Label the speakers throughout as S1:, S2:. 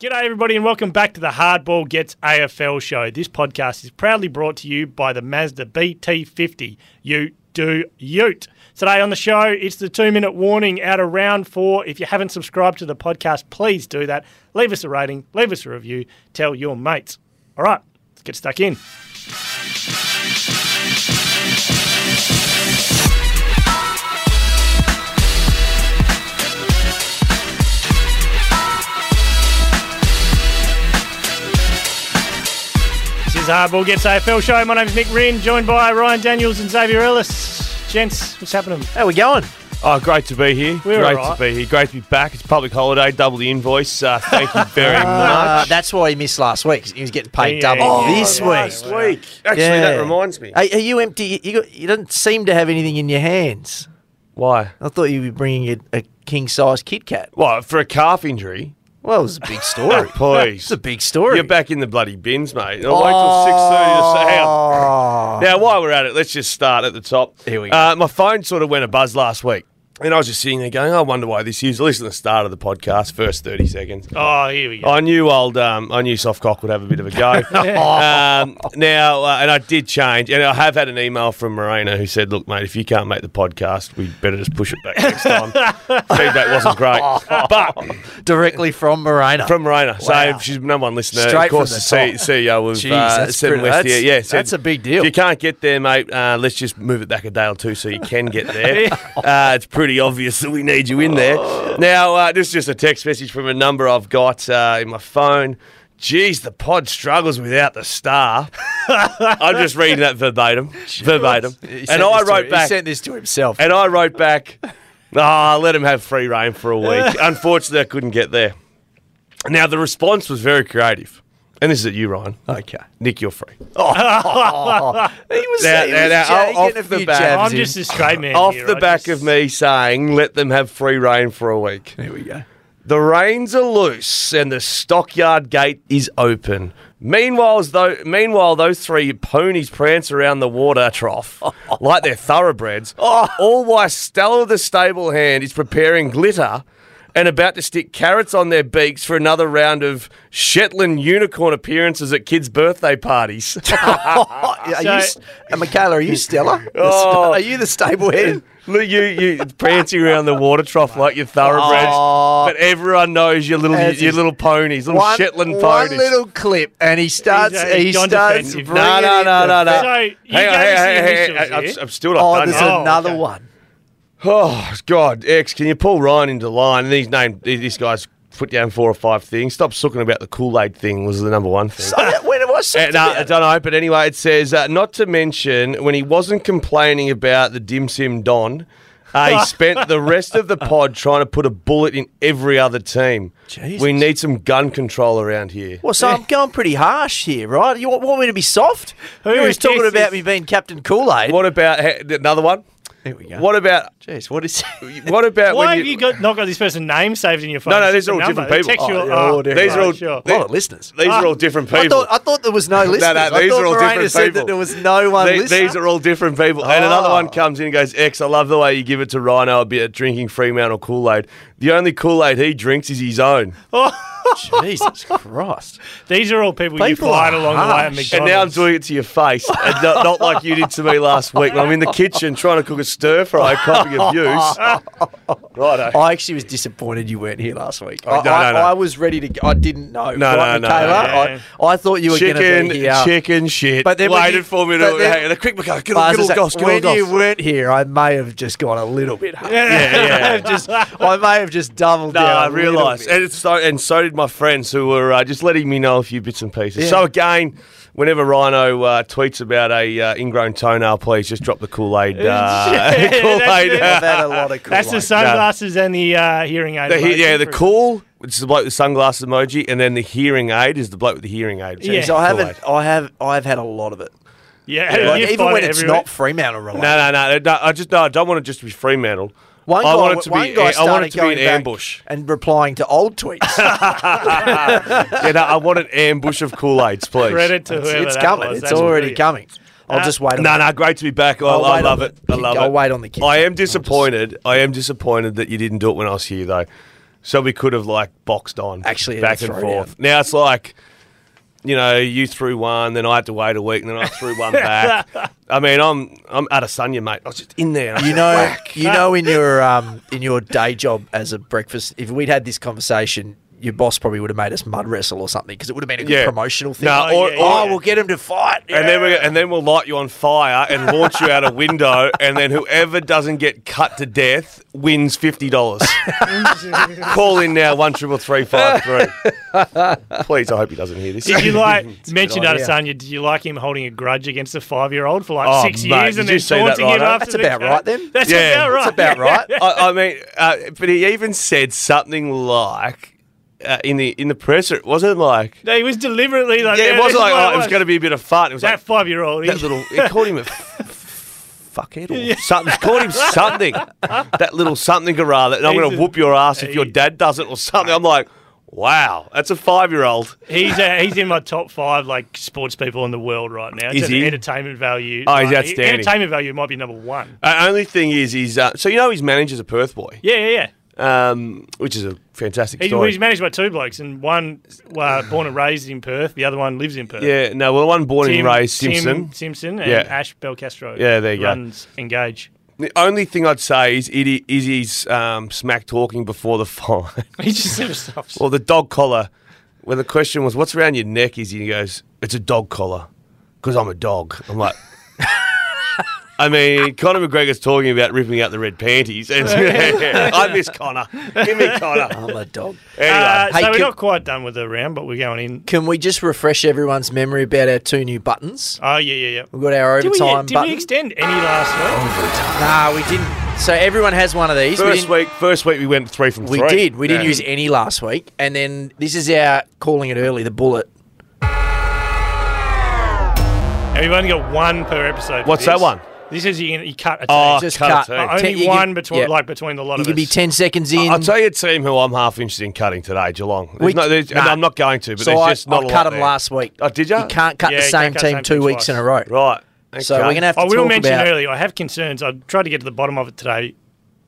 S1: G'day, everybody, and welcome back to the Hardball Gets AFL show. This podcast is proudly brought to you by the Mazda BT50. You do Ute. Today on the show, it's the two minute warning out of round four. If you haven't subscribed to the podcast, please do that. Leave us a rating, leave us a review, tell your mates. All right, let's get stuck in. This is Hardball Gets AFL show. My name's Nick Wren, joined by Ryan Daniels and Xavier Ellis. Gents, what's happening?
S2: How we going?
S3: Oh, great to be here.
S1: We're
S3: great
S1: alright.
S3: to be here. Great to be back. It's public holiday, double the invoice. Uh, thank you very much.
S2: Uh, that's why he missed last week. 'cause He was getting paid
S1: Yeah,
S2: double
S1: yeah, yeah.
S2: this
S1: Oh,
S2: week.
S3: week. Actually,
S2: Yeah. Are, are you empty? You, got, you don't seem to have anything in your hands.
S3: Why?
S2: I thought you'd be bringing a, a king size Kit Kat.
S3: Well, for a calf injury,
S2: Well, it was a big story. it's
S3: please.
S2: a big story.
S3: You're back in the bloody bins, mate. I'll wait till six thirty to say. Hang on.
S2: Oh,
S3: Now, while we're at it, let's just start at the top.
S2: Here we go.
S3: Uh, my phone sort of went a buzz last week, and I was just sitting there going, "I wonder why this is." Listen to the start of the podcast, first thirty seconds.
S1: Oh, here we go.
S3: I knew old, um, I knew Softcock would have a bit of a go. um, now, uh, and I did change, and I have had an email from Moreno who said, "Look, mate, if you can't make the podcast, we better just push it back next time." Feedback wasn't great, but
S2: directly from Morena.
S3: from Moreno,
S2: Wow.
S3: so she's the number one listener.
S2: Straight
S3: of course,
S2: from the
S3: C-
S2: top.
S3: CEO of
S2: Jeez,
S3: uh,
S2: that's
S3: Seven
S2: pretty-
S3: West.
S2: that's-
S3: yeah, yeah,
S2: that's a big deal.
S3: If you can't get there, mate, uh, let's just move it back a day or two so you can get there. uh, it's pretty obvious that we need you in there.
S2: Oh.
S3: Now, uh, this is just a text message from a number I've got uh, in my phone. Jeez, the pod struggles without the star. I'm just reading that verbatim, verbatim,
S2: He sent
S3: and I
S2: this to-
S3: wrote
S2: He
S3: back.
S2: sent this to himself.
S3: And I wrote back, ah, let him have free reign for a week. Unfortunately, I couldn't get there. Now, the response was very creative. And this is at you, Ryan.
S2: okay.
S3: Nick, you're free.
S2: He was,
S3: Now-
S2: he
S3: now-
S2: was
S3: now,
S2: ja-
S3: off
S2: getting a
S3: the
S2: few
S3: bat.
S2: jabs
S1: I'm
S2: in.
S1: just a straight man.
S3: Oh, Off
S1: here.
S3: the
S1: I
S3: back
S1: just-
S3: of me saying, let them have free reign for a week.
S2: There we go.
S3: The reins are loose and the stockyard gate is open. Meanwhile, though, meanwhile, those three ponies prance around the water trough like they're thoroughbreds,
S2: Oh.
S3: all while Stella the stable hand is preparing glitter and about to stick carrots on their beaks for another round of Shetland unicorn appearances at kids' birthday parties.
S2: Oh, are you,
S1: So-
S2: s- uh, Michaela, are you Stella?
S3: Oh.
S2: Are you the stable head?
S3: Look, you you prancing around the water trough like you're thoroughbreds,
S2: Oh.
S3: but everyone knows your little
S2: As
S3: your
S2: is-
S3: little ponies, little Shetland
S2: one
S3: ponies.
S2: little clip, and he starts.
S1: He's, uh,
S2: he
S1: gone
S2: starts.
S1: defensive.
S2: bringing
S3: No, no,
S2: in
S3: no,
S2: the
S3: no, no.
S2: fa-
S1: So, you gave us the initials
S3: I'm,
S1: here.
S3: I'm still not
S2: Oh,
S3: done.
S2: there's
S3: yet.
S1: Oh,
S2: another
S1: okay.
S2: one.
S3: Oh, God, X, can you pull Ryan into line? And these named these guys put down four or five things. Stop sooking about the Kool Aid thing was the number one thing.
S2: Oh, when was
S3: Uh, no, I don't know. But anyway, it says uh, not to mention when he wasn't complaining about the dim sim don, uh, he spent the rest of the pod trying to put a bullet in every other team.
S2: Jesus.
S3: We need some gun control around here.
S2: Well, so I'm going pretty harsh here, right? You want, want me to be soft?
S1: Who
S2: you
S1: is
S2: was talking
S1: this?
S2: about me being Captain Kool Aid.
S3: What about he- another one?
S2: Here we go.
S3: What about
S2: Jeez, what is?
S3: what about
S1: Why
S3: when
S1: have you got, not got this person's name saved in your phone?
S3: No, no,
S1: It's
S3: these
S1: just
S3: are all
S1: a number.
S3: different
S1: They text
S3: people.
S1: you-
S2: Oh, they're all
S1: oh,
S2: different.
S3: These are all-
S1: sure.
S2: a lot of listeners.
S3: These are all different people.
S2: I thought, I thought there was no listeners.
S3: no,
S2: I
S3: these
S2: thought
S3: are all
S2: Morena
S3: different
S2: said
S3: people.
S2: that there was no one
S3: These,
S2: listening.
S3: these are all different people. And another
S2: Oh.
S3: one comes in and goes, X, I love the way you give it to Rhino a bit of drinking Fremantle Kool Aid. The only Kool Aid he drinks is his own.
S2: Jesus Christ.
S1: These are all people, you
S2: People
S1: find
S2: are
S1: along the way at
S2: harsh.
S1: McDonald's.
S3: And now I'm doing it to your face, and not, not like you did to me last week when I'm in the kitchen trying to cook a stir fry, copy abuse. Righto.
S2: I actually was disappointed you weren't here last week. I,
S3: Oh, no,
S2: I,
S3: no, no.
S2: I was ready to. go. I didn't know.
S3: No,
S2: right,
S3: no, no,
S2: Michaela?
S1: no,
S2: I, I thought you were going to
S3: Chicken,
S2: be here.
S3: chicken shit.
S2: But then when
S3: waited
S2: you-
S3: for me to.
S2: but then-
S3: hey, the quick, get all, get
S2: But I
S3: all,
S2: was
S3: get all,
S2: just
S3: goss,
S2: saying,
S3: get all,
S2: when you
S3: goss.
S2: weren't here, I may have just gone a little bit hard.
S3: Yeah, yeah.
S2: just, I may have just doubled
S3: No,
S2: down.
S3: I
S2: a little
S3: realised,
S2: bit.
S3: and it's so, and so did my friends who were uh, just letting me know a few bits and pieces.
S2: Yeah.
S3: So again, whenever Rhino uh, tweets about a uh, ingrown toenail, please just drop the Kool Aid. Uh,
S1: Yeah, that's
S3: Kool Aid.
S1: it.
S2: I've had a lot of cool
S1: That's the
S2: ones.
S1: sunglasses and the uh, hearing aid.
S3: The
S1: emoji
S3: he- yeah, the
S1: for-
S3: cool, which is the bloke with the sunglasses emoji, and then the hearing aid is the bloke with the hearing aid.
S1: Yeah.
S2: So I
S3: Kool-Aid.
S2: haven't. I have. I've had a lot of it.
S1: Yeah,
S2: Like,
S1: you
S2: even
S1: find
S2: when
S1: it
S2: it's
S1: everywhere.
S2: not Fremantle related.
S3: No, no, no, no. I just no, I don't want it just to be Fremantle.
S2: One guy,
S3: I want it to
S2: one
S3: be.
S2: guy
S3: I want
S2: started
S3: it to be
S2: going
S3: an
S2: back
S3: ambush.
S2: and replying to old tweets.
S3: yeah, no, I want an ambush of Kool Aids, please.
S1: Credit to whoever
S2: it's
S1: that
S2: coming.
S1: was.
S2: It's
S1: That's
S2: already
S1: brilliant.
S2: coming. I'll
S1: Uh,
S2: just wait. on
S3: No,
S2: it.
S3: no, great to be back. I,
S2: I'll
S3: I
S2: wait
S3: love
S2: on
S3: it.
S2: the
S3: I
S2: kick.
S3: love it.
S2: I'll wait on the kick.
S3: I
S2: I'll
S3: am
S2: just-
S3: disappointed. I am disappointed that you didn't do it when I was here, though. So we could have like boxed on
S2: Actually, yeah,
S3: back
S2: that's
S3: and
S2: right,
S3: forth. Now it's like, you know, you threw one, then I had to wait a week, and then I threw one back. I mean, I'm I'm Adesanya, mate. I was just in there. and I
S2: You
S3: just
S2: know,
S3: whack.
S2: you know, in your um, in your day job as a breakfast, if we'd had this conversation, your boss probably would have made us mud wrestle or something because it would have been a good
S3: Yeah.
S2: promotional thing.
S3: No,
S2: oh,
S1: or-
S2: oh,
S1: or-
S2: we'll get him to fight,
S3: And then we and then we'll light you on fire and launch you out a window, and then whoever doesn't get cut to death wins fifty dollars. Call in now one triple three five three. Please, I hope he doesn't hear this.
S1: Did you like mention
S2: idea.
S1: Adesanya? Did you like him holding a grudge against a five-year-old for like
S3: Oh,
S1: six
S3: mate,
S1: years
S3: did
S1: and
S3: you
S1: then
S3: see that
S1: taunting him
S3: righto?
S1: after
S2: That's
S1: the
S2: about
S1: cut?
S2: right then.
S1: That's
S3: Yeah,
S1: about right.
S2: that's about right.
S3: I, I mean, uh, but he even said something like uh, in the in the presser. It wasn't like
S1: No, He was deliberately like.
S3: yeah, it wasn't like oh, it was
S1: going
S3: going to be a bit of fun. It was
S1: That
S3: like
S1: five-year-old.
S3: that
S1: he-
S3: little. He called him a f- fuckhead or something. He called him something. That little something or rather. And I'm
S1: He's
S3: going to
S1: a-
S3: whoop your ass if your
S1: he-
S3: dad does it or something. I'm like, wow, that's a five year old.
S1: He's uh, he's in my top five like sports people in the world right now. It's
S3: Is
S1: an
S3: he?
S1: entertainment value.
S3: Oh, he's
S1: like,
S3: outstanding.
S1: Entertainment value might be number one.
S3: Uh, only thing is, he's uh, so you know his manager's a Perth boy,
S1: Yeah, yeah, yeah.
S3: um, which is a fantastic
S1: He,
S3: story.
S1: he's managed by two blokes, and one uh, born and raised in Perth, the other one lives in Perth.
S3: yeah, no, well, one born in
S1: Tim-
S3: Ray Simpson.
S1: Tim Simpson and
S3: Yeah.
S1: Ash Belcastro.
S3: Yeah, there you go.
S1: runs go. Engage.
S3: The only thing I'd say is it i- is his um, smack talking before the fight.
S1: He just never stops.
S3: Well, the dog collar. When the question was, "What's around your neck?" is he goes, "It's a dog collar," because I'm a dog. I'm like, I mean, Conor McGregor's talking about ripping out the red panties, and I miss Conor. Give me Conor.
S2: I'm a dog.
S3: Anyway,
S1: uh,
S2: Hey,
S1: so we're
S2: can-
S1: not quite done with the round, but we're going in.
S2: Can we just refresh everyone's memory about our two new buttons?
S1: Oh yeah, yeah, yeah.
S2: We've got our
S1: Did we,
S2: overtime
S1: did we
S2: button.
S1: extend any last week?
S2: nah, we didn't. So everyone has one of these. we
S3: Ah. first
S2: didn't-
S3: week, first week we went three from
S2: We
S3: three.
S2: did. We didn't
S3: Yeah.
S2: use any last week. And then this is our calling it early, the bullet.
S1: And we've only got one per episode. for
S3: What's that
S1: this.
S3: one?
S1: This is you, you cut a team.
S3: Oh,
S2: Just
S3: cut.
S2: cut.
S3: it, too.
S2: Ten-
S1: only
S2: you
S1: one
S2: can-
S1: between
S2: yeah.
S1: like between a lot
S2: You
S1: of
S2: could
S1: us.
S2: be 10 seconds in.
S3: I'll tell you a team who I'm half interested in cutting today, Geelong. There's
S2: We-
S3: no, there's, and
S2: nah.
S3: I'm not going to, but
S2: so
S3: there's
S2: I,
S3: just not
S2: I
S3: a
S2: cut
S3: lot
S2: them
S3: there.
S2: last week.
S3: Oh, did ya?
S2: You can't cut
S1: Yeah,
S2: the
S1: you
S2: same
S1: can't cut
S2: team
S1: same
S2: two
S1: team
S2: weeks in a row.
S1: twice.
S3: Right.
S2: So
S3: Okay. Oh,
S2: we're going to have to
S1: I will
S2: talk
S1: mention
S2: about...
S1: earlier, I have concerns. I tried to get to the bottom of it today.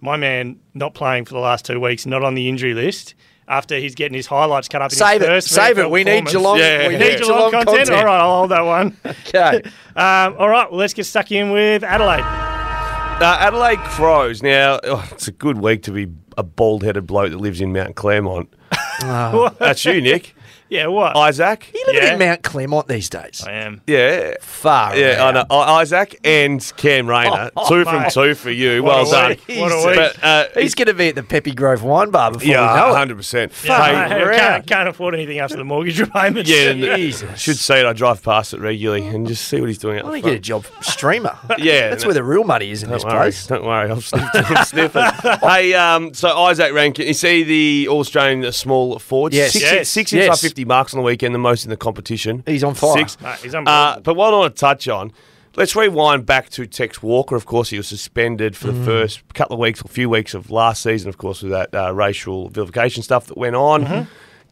S1: My man not playing for the last two weeks, not on the injury list. After he's getting his highlights cut up in
S2: Save
S1: his
S2: it.
S1: first
S2: Save
S1: VFL
S2: it. We need
S1: performance.
S2: Geelong.
S3: Yeah.
S2: We
S1: We
S2: need
S1: need Geelong, content. All right, I'll hold that one.
S2: Okay.
S1: Um, all right, well, let's get stuck in with Adelaide.
S3: Uh, Adelaide Crows. Now, oh, it's a good week to be a bald headed bloke that lives in Mount Claremont.
S2: Ah.
S3: That's you, Nick.
S1: Yeah, what?
S2: Oh,
S3: Isaac.
S2: You live
S1: Yeah.
S2: in Mount Clermont these days.
S1: I am.
S3: Oh, Yeah.
S2: Far
S3: Yeah,
S2: out.
S3: I know. I- Isaac and Cam Rayner.
S2: Oh,
S3: Two from
S1: mate.
S3: two for you.
S1: What
S3: well
S1: a
S3: done.
S1: week. What a week.
S3: But, uh,
S2: He's going to be at the Peppy Grove Wine Bar before we
S3: yeah,
S2: know it.
S3: 100%.
S1: Yeah, I
S3: Hey,
S2: we're
S1: can't,
S2: out.
S1: can't afford anything after the mortgage repayments.
S3: yeah, and I
S2: Jesus.
S3: should say it. I drive past it regularly and just see what he's doing.
S2: I
S3: Out the
S2: want to get a
S3: front.
S2: job streamer.
S3: Yeah,
S2: That's
S3: no.
S2: where the real money is in this
S3: Don't worry,
S2: place.
S3: Don't worry, I'm sniffing. I'm sniffing. hey, um, so Isaac Rankin, you see the All Australian small forward?
S2: Yes.
S3: six,
S1: Yes.
S3: six hits
S2: Yes.
S3: by 50 marks on the weekend, the most in the competition.
S2: He's on fire.
S3: Six.
S1: Mate, he's
S3: Uh,
S1: unbelievable.
S3: but what I want to touch on, let's rewind back to Tex Walker. Of course, he was suspended for
S2: Mm.
S3: the first couple of weeks or few weeks of last season, of course, with that uh, racial vilification stuff that went on.
S2: Mm-hmm.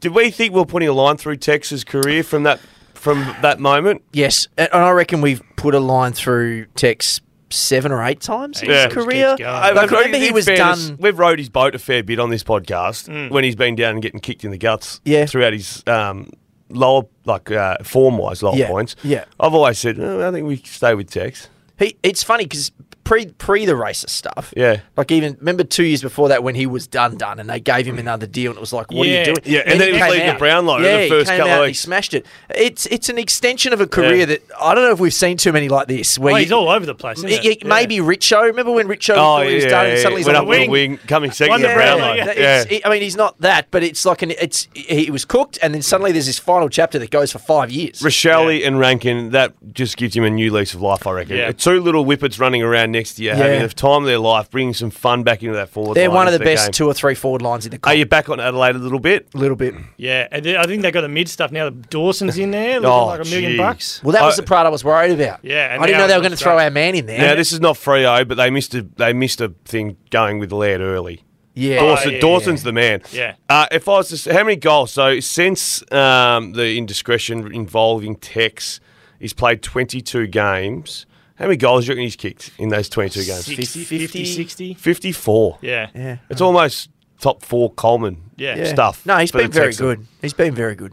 S3: Did we think we were putting a line through Tex's career from that from that moment?
S2: Yes, and and I reckon we've put a line through Tex seven or eight times in
S1: Yeah.
S2: his career.
S1: Keeps going.
S2: I
S3: Look,
S2: remember
S3: in
S2: he was
S3: fairness,
S2: done. Mm.
S3: We've rode his boat a fair bit on this podcast when he's been down and getting kicked in the guts
S2: Yeah.
S3: throughout his um, lower, like uh, form wise, lower
S2: Yeah,
S3: points.
S2: yeah.
S3: I've always said, "Oh, I think we stay with Tex.
S2: He, it's funny because pre pre the racist stuff.
S3: Yeah.
S2: like even remember two years before that when he was done done and they gave him another deal and it was like, what
S1: Yeah.
S2: are you doing?
S3: Yeah, and then he was
S2: came
S3: leading the
S2: out.
S3: Brownlow in the
S2: Yeah,
S3: first
S2: he came
S3: couple of
S2: out and he
S3: weeks.
S2: smashed it. It's it's an extension of a career that I don't know if we've seen too many like this. Where
S1: Oh,
S2: you-
S1: he's all over the place. Isn't
S2: y- y-
S1: he?
S2: maybe Richo. Remember when
S3: Oh,
S2: Richo thought Oh, he was done and suddenly he's
S3: Went
S2: on
S3: up
S2: the
S3: with
S2: wing?
S3: a wing, coming second
S1: Won the
S3: to Brownlow.
S1: Brownlow, yeah.
S2: That-
S3: Yeah.
S2: it's- he- I mean, he's not that, but it's like an it's he he was cooked, and then suddenly there's this final chapter that goes for five years.
S3: Rochelle and Rankin, that just gives him a new lease of life, I reckon.
S1: Yeah.
S3: Two little whippets running around next year,
S2: Yeah.
S3: having the time of their life, bringing some fun back into that forward
S2: They're
S3: line.
S2: one of
S3: It's
S2: the
S3: their
S2: best
S3: game.
S2: two or three forward lines in the
S3: Are
S2: comp.
S3: you back on Adelaide a little bit?
S2: a little bit.
S1: Yeah, and then I think they got the mid stuff now. that Dawson's in there, looking
S3: Oh,
S1: like a million
S3: gee.
S1: bucks.
S2: Well, that was the
S3: I-
S2: part I was worried about.
S1: Yeah, and
S2: I didn't
S1: now
S2: know they were
S1: it's
S2: going to throw
S1: Australia.
S2: our man in there.
S3: Now this is not Freo, but they missed a they missed a thing going with Laird early.
S2: yeah,
S3: Dawson,
S1: yeah, yeah.
S3: Dawson's the man.
S1: Yeah.
S3: Uh, if I was to, s- how many goals? So since um, the indiscretion involving Tex, he's played 22 games. How many goals do you reckon he's kicked in those 22 games?
S1: 60, 50, 60.
S3: 54.
S1: Yeah.
S2: yeah.
S3: It's almost top four Coleman
S1: Yeah.
S2: Yeah.
S3: stuff.
S2: No, he's
S3: for the
S2: been very
S3: Texans.
S2: good. He's been very good.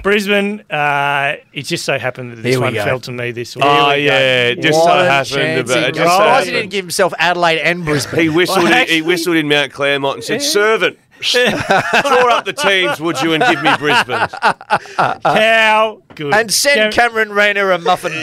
S1: Brisbane, uh, it just so happened that this
S2: Here we
S1: one
S2: go.
S1: fell to me this week.
S3: Oh,
S2: Here we go.
S3: yeah. It just
S2: What
S3: so
S2: a
S3: happened.
S2: chance
S3: About,
S2: he
S3: it
S2: was-
S3: just so
S2: Surprised he Oh, didn't
S3: happened.
S2: give himself Adelaide and Brisbane.
S3: He whistled.
S1: Well,
S3: in, he
S1: actually-
S3: whistled in Mount Claremont and said, "Servant, draw up the teams, would you, and give me Brisbane."
S1: How good.
S2: and send
S1: Cam-
S2: Cameron Rayner a muffin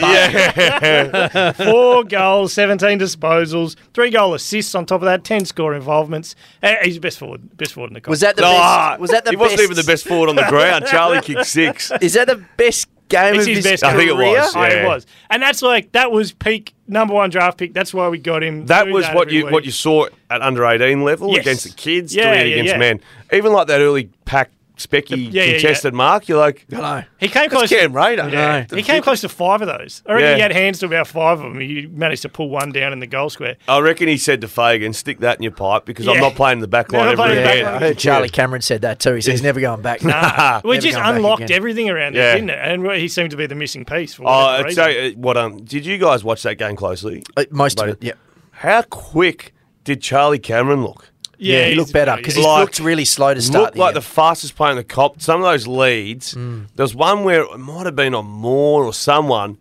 S2: bun.
S1: four goals, 17 disposals, three goal assists on top of that, 10 score involvements. Uh, he's the best forward, best forward in the
S2: Was
S1: contest.
S2: that the
S3: Ah,
S2: best? Was that the
S3: he
S2: best?
S3: wasn't even the best forward on the ground. Charlie kicked six.
S2: Is that the best game
S1: It's
S2: of
S1: his
S2: his,
S1: best
S3: I think it
S2: career?
S3: was,
S1: Oh, it
S3: Yeah.
S1: was. And that's like, that was peak number one draft pick. That's why we got him.
S3: That
S1: Doing
S3: was what
S1: every
S3: you
S1: week.
S3: what you saw at under eighteen level
S1: Yes.
S3: against the kids,
S1: Yeah,
S3: doing it
S1: yeah,
S3: against
S1: yeah.
S3: men. Even like that early pack specky
S1: yeah, yeah,
S3: contested mark, you're like,
S2: Hello.
S1: He came close.
S3: that's Cam Raider.
S2: Yeah.
S1: He came close to five of those. I reckon
S3: Yeah.
S1: he had hands to about five of them. He managed to pull one down in the goal square.
S3: I reckon he said to Fagan, "Stick that in your pipe because
S1: Yeah.
S3: I'm not playing the back
S1: You're
S3: line
S1: not playing the
S3: every
S1: back
S3: year."
S1: line.
S2: I heard Charlie Cameron said that too. He said he's never going back.
S3: Ah,
S1: we
S2: Never
S1: just
S2: going back
S1: unlocked
S2: again.
S1: everything around
S3: Yeah.
S1: there, didn't it? And he seemed to be the missing piece. For
S3: Oh,
S1: whatever
S3: it's
S1: reason.
S3: so- uh, what um? Did you guys watch that game closely?
S2: Uh, Most of
S3: But
S2: it. Yep.
S3: How quick did Charlie Cameron look?
S2: Yeah, he
S1: he's-
S2: looked better because he
S3: Like-
S2: looked really slow to start.
S3: Looked
S2: the Hmm.
S3: like
S2: year.
S3: the fastest player in the cop. Some of those leads. There was one where it might have been on Moore or someone,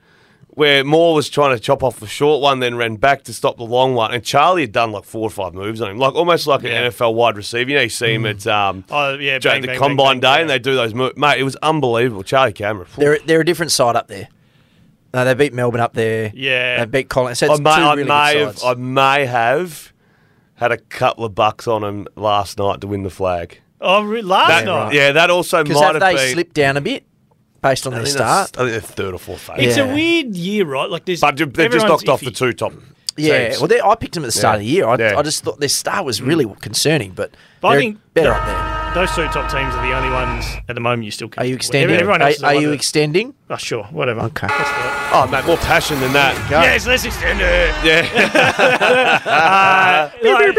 S3: where Moore was trying to chop off the short one, then ran back to stop the long one, and Charlie had done like four or five moves on him, like almost like
S1: Yeah.
S3: an NFL wide receiver. You know, you see
S2: Hmm.
S3: him at um,
S1: Oh, yeah,
S3: during
S1: bang,
S3: the
S1: bang,
S3: combine
S1: bang, bang,
S3: day, and they do those moves. Mate, it was unbelievable. Charlie Cameron. phew.
S2: They're they're a different side up there. No, they beat Melbourne up there.
S1: Yeah.
S2: they beat Collins. So
S3: I
S2: it's
S3: may,
S2: two
S3: I,
S2: really good
S3: may have,
S2: sides.
S3: I may have had a couple of bucks on him last night to win the flag.
S1: Oh, re- last
S3: That-
S1: night.
S3: Yeah, that also might
S2: Because have
S3: have
S2: they
S3: been.
S2: slipped down a bit based on
S3: I
S2: their
S3: think
S2: start?
S3: that's- I think they're third or fourth favourite.
S1: It's
S2: Yeah.
S1: a weird year, right? Like there's
S3: But ju- they've just
S1: everyone's
S3: knocked off the
S1: iffy.
S3: two top.
S2: Yeah,
S3: teams.
S2: well, they- I picked them at the start of the year. I,
S3: Yeah. Hmm.
S2: I just thought their start was really concerning, but,
S1: But I
S2: they're
S1: think-
S2: better up there.
S1: Those two top teams are the only ones at the moment you still. Can
S2: Are you extending?
S1: Everyone
S2: Are,
S1: else is
S2: are
S1: like
S2: you
S1: the-
S2: extending?
S1: oh, sure, whatever.
S2: Okay.
S3: oh, mate, more passion than that.
S1: Yes, let's extend it.
S3: Yeah.
S1: Uh, like,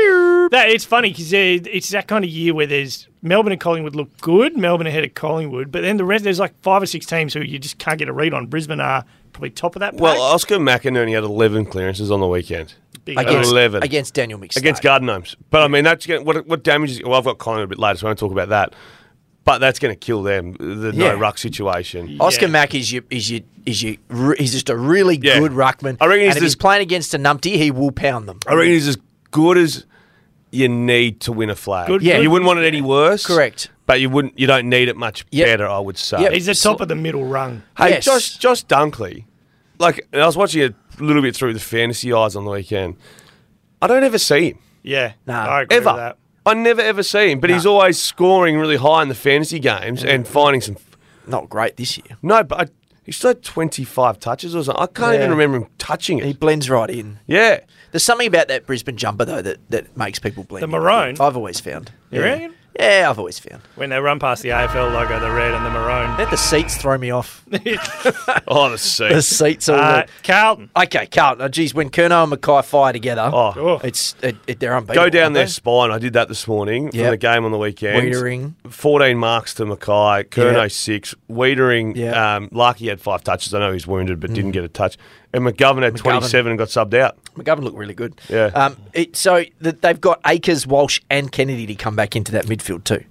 S1: that, it's funny because it's that kind of year where there's Melbourne and Collingwood look good, Melbourne ahead of Collingwood, but then the rest there's like five or six teams who you just can't get a read on. Brisbane are probably top of that.
S3: well,
S1: pack.
S3: Oscar McInerney had 11 clearances on the weekend
S1: Big
S2: Against-
S1: vote.
S3: 11.
S2: against Daniel Mix
S3: against Garden Gnomes. But I mean, that's gonna, what what damages. Well, I've got Collingwood a bit later, so I won't talk about that. But that's going to kill them. The
S2: Yeah.
S3: no ruck situation.
S2: Oscar
S1: Yeah.
S2: Mack is your is your is your re- he's just a really
S3: Yeah.
S2: good ruckman.
S3: I reckon he's
S2: and if he's
S3: just-
S2: playing against a numpty, he will pound them.
S3: I reckon he's as good as you need to win a flag.
S1: Good-
S2: Yeah.
S3: you wouldn't want it any worse.
S2: Correct.
S3: But you wouldn't. You don't need it much
S2: Yep.
S3: better. I would say.
S2: Yep.
S1: He's the top of the middle rung.
S3: Hey,
S2: Yes.
S3: Josh, Josh Dunkley. Like I was watching a little bit through the fantasy eyes on the weekend. I don't ever see him
S1: Yeah,
S2: Nah.
S1: I agree with
S3: ever.
S1: that.
S3: I never ever see him, but he's always scoring really high in the fantasy games and finding some.
S2: Not great this year.
S3: No, but I, he still had twenty five touches or something. I can't
S2: Yeah.
S3: even remember him touching
S2: He
S3: it.
S2: blends right in.
S3: Yeah,
S2: There's something about that Brisbane jumper though that, that makes people blend.
S1: The
S2: in.
S1: maroon?
S2: I've always found.
S1: You
S2: yeah.
S1: reckon?
S2: Yeah, I've always found.
S1: When they run past the AFL logo, the red and the maroon.
S2: Let the seats throw me off.
S3: oh the sea.
S2: the seats all
S1: Uh,
S2: the-
S1: Carlton.
S2: Okay, Carlton. Oh, geez, when Kerno and Mackay fire together,
S3: Oh,
S1: Oh.
S2: it's it, it, they're unbeatable.
S3: go down
S2: aren't
S3: their
S2: they?
S3: spine. I did that this morning from
S2: Yep.
S3: the game on the weekend.
S2: Wiedering.
S3: fourteen marks to Mackay, Kerno
S2: Yep.
S3: six, Wiedering.
S2: Yep. Mm.
S3: Um, Larky had five touches. I know he's wounded, but didn't get a touch. And McGovern had twenty seven and got subbed out.
S2: McGovern looked really good.
S3: Yeah.
S2: Um, it, so th- they've got Akers, Walsh, and Kennedy to come back into that midfield too.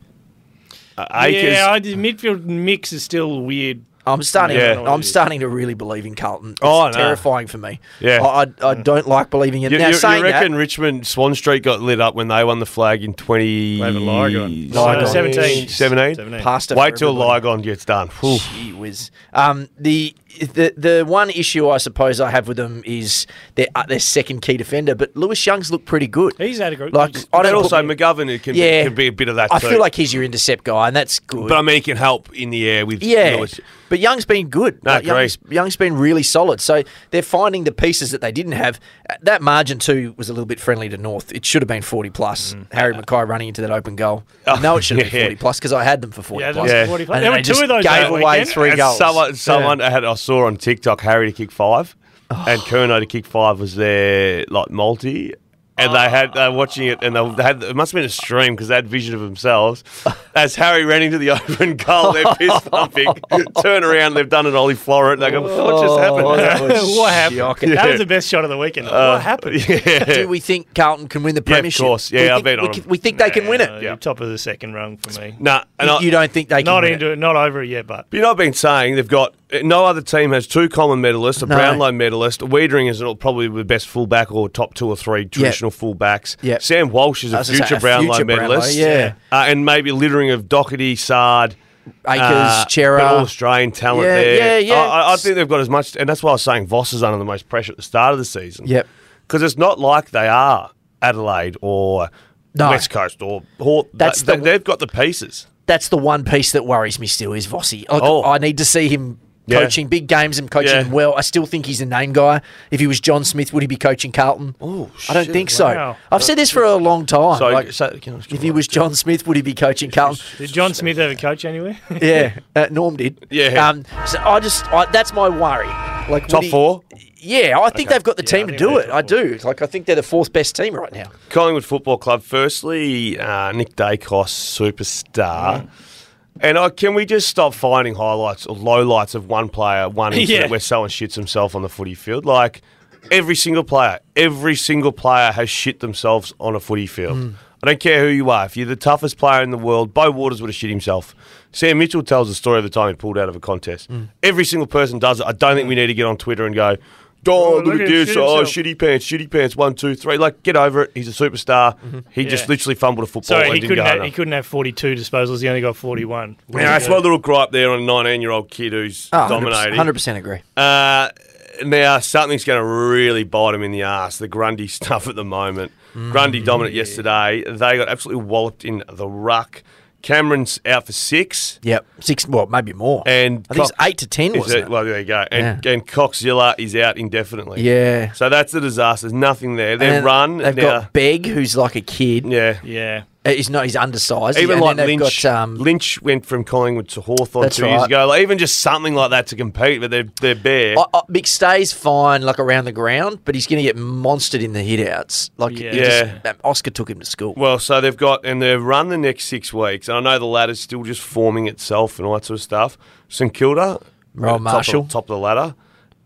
S3: Uh, Akers,
S1: Yeah, I, the midfield mix is still weird.
S2: I'm starting.
S3: Yeah.
S2: I'm starting to really believe in Carlton. It's
S3: Oh, no.
S2: terrifying for me.
S3: Yeah.
S2: I, I, I don't like believing it.
S3: You,
S2: now
S3: you- you
S2: saying
S3: reckon
S2: that,
S3: Richmond Swan Street got lit up when they won the flag in 20...
S1: Over Lygon.
S2: Lygon.
S1: Uh, 17.
S3: 17?
S1: 17.
S2: pasta.
S3: Wait
S2: for
S3: till
S2: everybody.
S3: Lygon gets done. Whew.
S2: Gee whiz. Um, the the the one issue I suppose I have with them is their uh, their second key defender, but Lewis Young's looked pretty good.
S1: He's had a good-
S2: Like I
S3: And
S2: don't
S3: also
S2: put-
S3: McGovern it can,
S2: yeah
S3: be, can be a bit of that
S2: I
S3: too.
S2: feel like he's your intercept guy, and that's good.
S3: But I mean, he can help in the air with...
S2: Yeah,
S3: Lewis.
S2: but Young's been good.
S3: No,
S2: Young's, Young's been really solid. So they're finding the pieces that they didn't have. Uh, That margin too was a little bit friendly to North. It should have been forty plus.
S1: Mm.
S2: Harry Mackay running into that open goal. I know it should have been
S3: Oh, yeah.
S2: forty plus because I had them for forty
S1: Yeah,
S2: plus.
S1: there
S3: Yeah.
S1: was 40
S2: And
S1: There
S2: they
S1: were two
S2: just
S1: of those.
S2: gave
S1: that
S2: away
S1: weekend.
S2: three
S3: And
S2: goals.
S3: Someone, someone
S2: Yeah.
S3: had, I saw
S2: Oh.
S3: on TikTok Harry to kick five, and Kerno to kick five was their like multi, and they had they were watching it, and they had it must have been a stream because they had vision of themselves as Harry ran into the open goal. They're fist pumping, turn around, they've done an Ollie Florent. They go, what just
S2: Oh,
S3: happened?
S1: what happened?
S2: shocking.
S1: That was
S3: Oh, Yeah. Uh,
S1: the best shot of the weekend. what happened?
S2: Do we think Carlton can win the
S3: of
S2: premiership?
S3: course. Yeah,
S2: we
S3: I've
S2: think,
S3: been
S2: we,
S3: on
S2: can-
S3: them.
S2: we think they can win
S1: Uh,
S2: it.
S3: Yeah.
S1: Top of the second rung for me.
S3: Nah, and I-
S2: You don't think they can
S1: Not
S2: win
S1: into it. Not over it yet, but
S3: You know, I've been saying they've got no other team has two common medalists, a
S2: No.
S3: Brownlow medalist. Wiedering is probably the best fullback or top two or three traditional fullbacks.
S2: Yep.
S3: Sam Walsh is
S2: I
S3: a
S2: was gonna
S3: future
S2: say, a
S3: Brownlow
S2: future Brownlow,
S3: medalist.
S2: yeah.
S3: Uh, and maybe littering of Doherty, Sard,
S2: Akers,
S3: uh,
S2: Chera.
S3: but all Australian talent
S2: Yeah,
S3: there.
S2: yeah, yeah.
S3: I, I- I think they've got as much, and that's why I was saying Voss is under the most pressure at the start of the season.
S2: Yep.
S3: Because it's not like they are Adelaide or
S2: No.
S3: West Coast or Hort.
S2: That's
S3: they,
S2: the-
S3: they've got the pieces.
S2: That's the one piece that worries me still is Vossi. Like,
S3: Oh.
S2: I need to see him
S3: Yeah.
S2: coaching big games and coaching
S3: Yeah.
S2: them well. I still think he's a name guy. If he was John Smith, would he be coaching Carlton?
S3: Oh,
S2: I don't
S3: shit,
S2: think so.
S1: wow.
S2: I've said this for a long time.
S3: So,
S2: like,
S3: so you know,
S2: if he was John Smith, would he be coaching Carlton?
S1: did John Smith ever coach anywhere?
S2: yeah, uh, Norm did.
S3: Yeah.
S2: Um, so I just I, that's my worry. Like would
S3: top
S2: he-
S3: four.
S2: Yeah, I think they've got the
S1: I
S2: team to
S1: think
S2: do
S1: they're
S2: it. I do. Like I think they're the fourth best team right now.
S3: Collingwood Football Club. Firstly, uh, Nick Dacos, superstar.
S1: Mm.
S3: And I, can we just stop finding highlights or lowlights of one player, one
S1: Yeah.
S3: incident where someone shits himself on the footy field? Like every single player, every single player has shit themselves on a footy field.
S1: Mm.
S3: I don't care who you are. If you're the toughest player in the world, Bo Waters would have shit himself. Sam Mitchell tells the story of the time he pulled out of a contest.
S1: Mm.
S3: Every single person does it. I don't think we need to get on Twitter and go, "Dog,
S1: Oh, look
S3: look
S1: at
S3: at
S1: him
S3: this!
S1: shit
S3: Oh,
S1: himself."
S3: shit." shitty pants, shitty pants, one, two, three. Like, get over it. He's a superstar. He just
S1: Mm-hmm. Yeah.
S3: literally fumbled a football
S1: Sorry,
S3: and
S1: he
S3: didn't
S1: couldn't.
S3: go
S1: Have,
S3: home.
S1: he couldn't have 42 disposals. He only got 41.
S3: yeah, that's my little gripe there on a 19 year old kid who's dominating.
S2: Ah, Hundred percent agree.
S3: Uh, now, something's going to really bite him in the ass the Grundy stuff at the moment.
S1: Mm.
S3: Grundy dominant yesterday. They got absolutely walloped in the ruck. Cameron's out for six.
S2: Yep, six. Well, maybe more.
S3: And
S2: I think it's
S3: Cox-
S2: eight to ten.
S3: Is
S2: Wasn't
S3: it-
S2: it?
S3: Well, there you go. And, and Coxzilla is out indefinitely.
S2: Yeah.
S3: So that's a disaster. There's nothing there.
S2: And
S3: Their
S2: then
S3: run.
S2: They've
S3: now-
S2: got Beg, who's like a kid.
S3: yeah.
S1: Yeah,
S2: Uh, He's not. He's undersized.
S3: Even
S2: And
S3: like
S2: then they've
S3: Lynch,
S2: got, um,
S3: Lynch went from Collingwood to Hawthorn
S2: That's
S3: two years
S2: right.
S3: ago. Like, even just something like that to compete, but they're they're bare.
S2: I, I, McStay's fine, like around the ground, but he's going to get monstered in the hitouts. Like, yeah.
S3: Yeah.
S2: Oscar took him to school.
S3: well, so they've got and they've run the next six weeks. And I know the ladder's still just forming itself and all that sort of stuff. St Kilda,
S2: Rowan
S3: top of-
S2: Marshall.
S3: top of the ladder.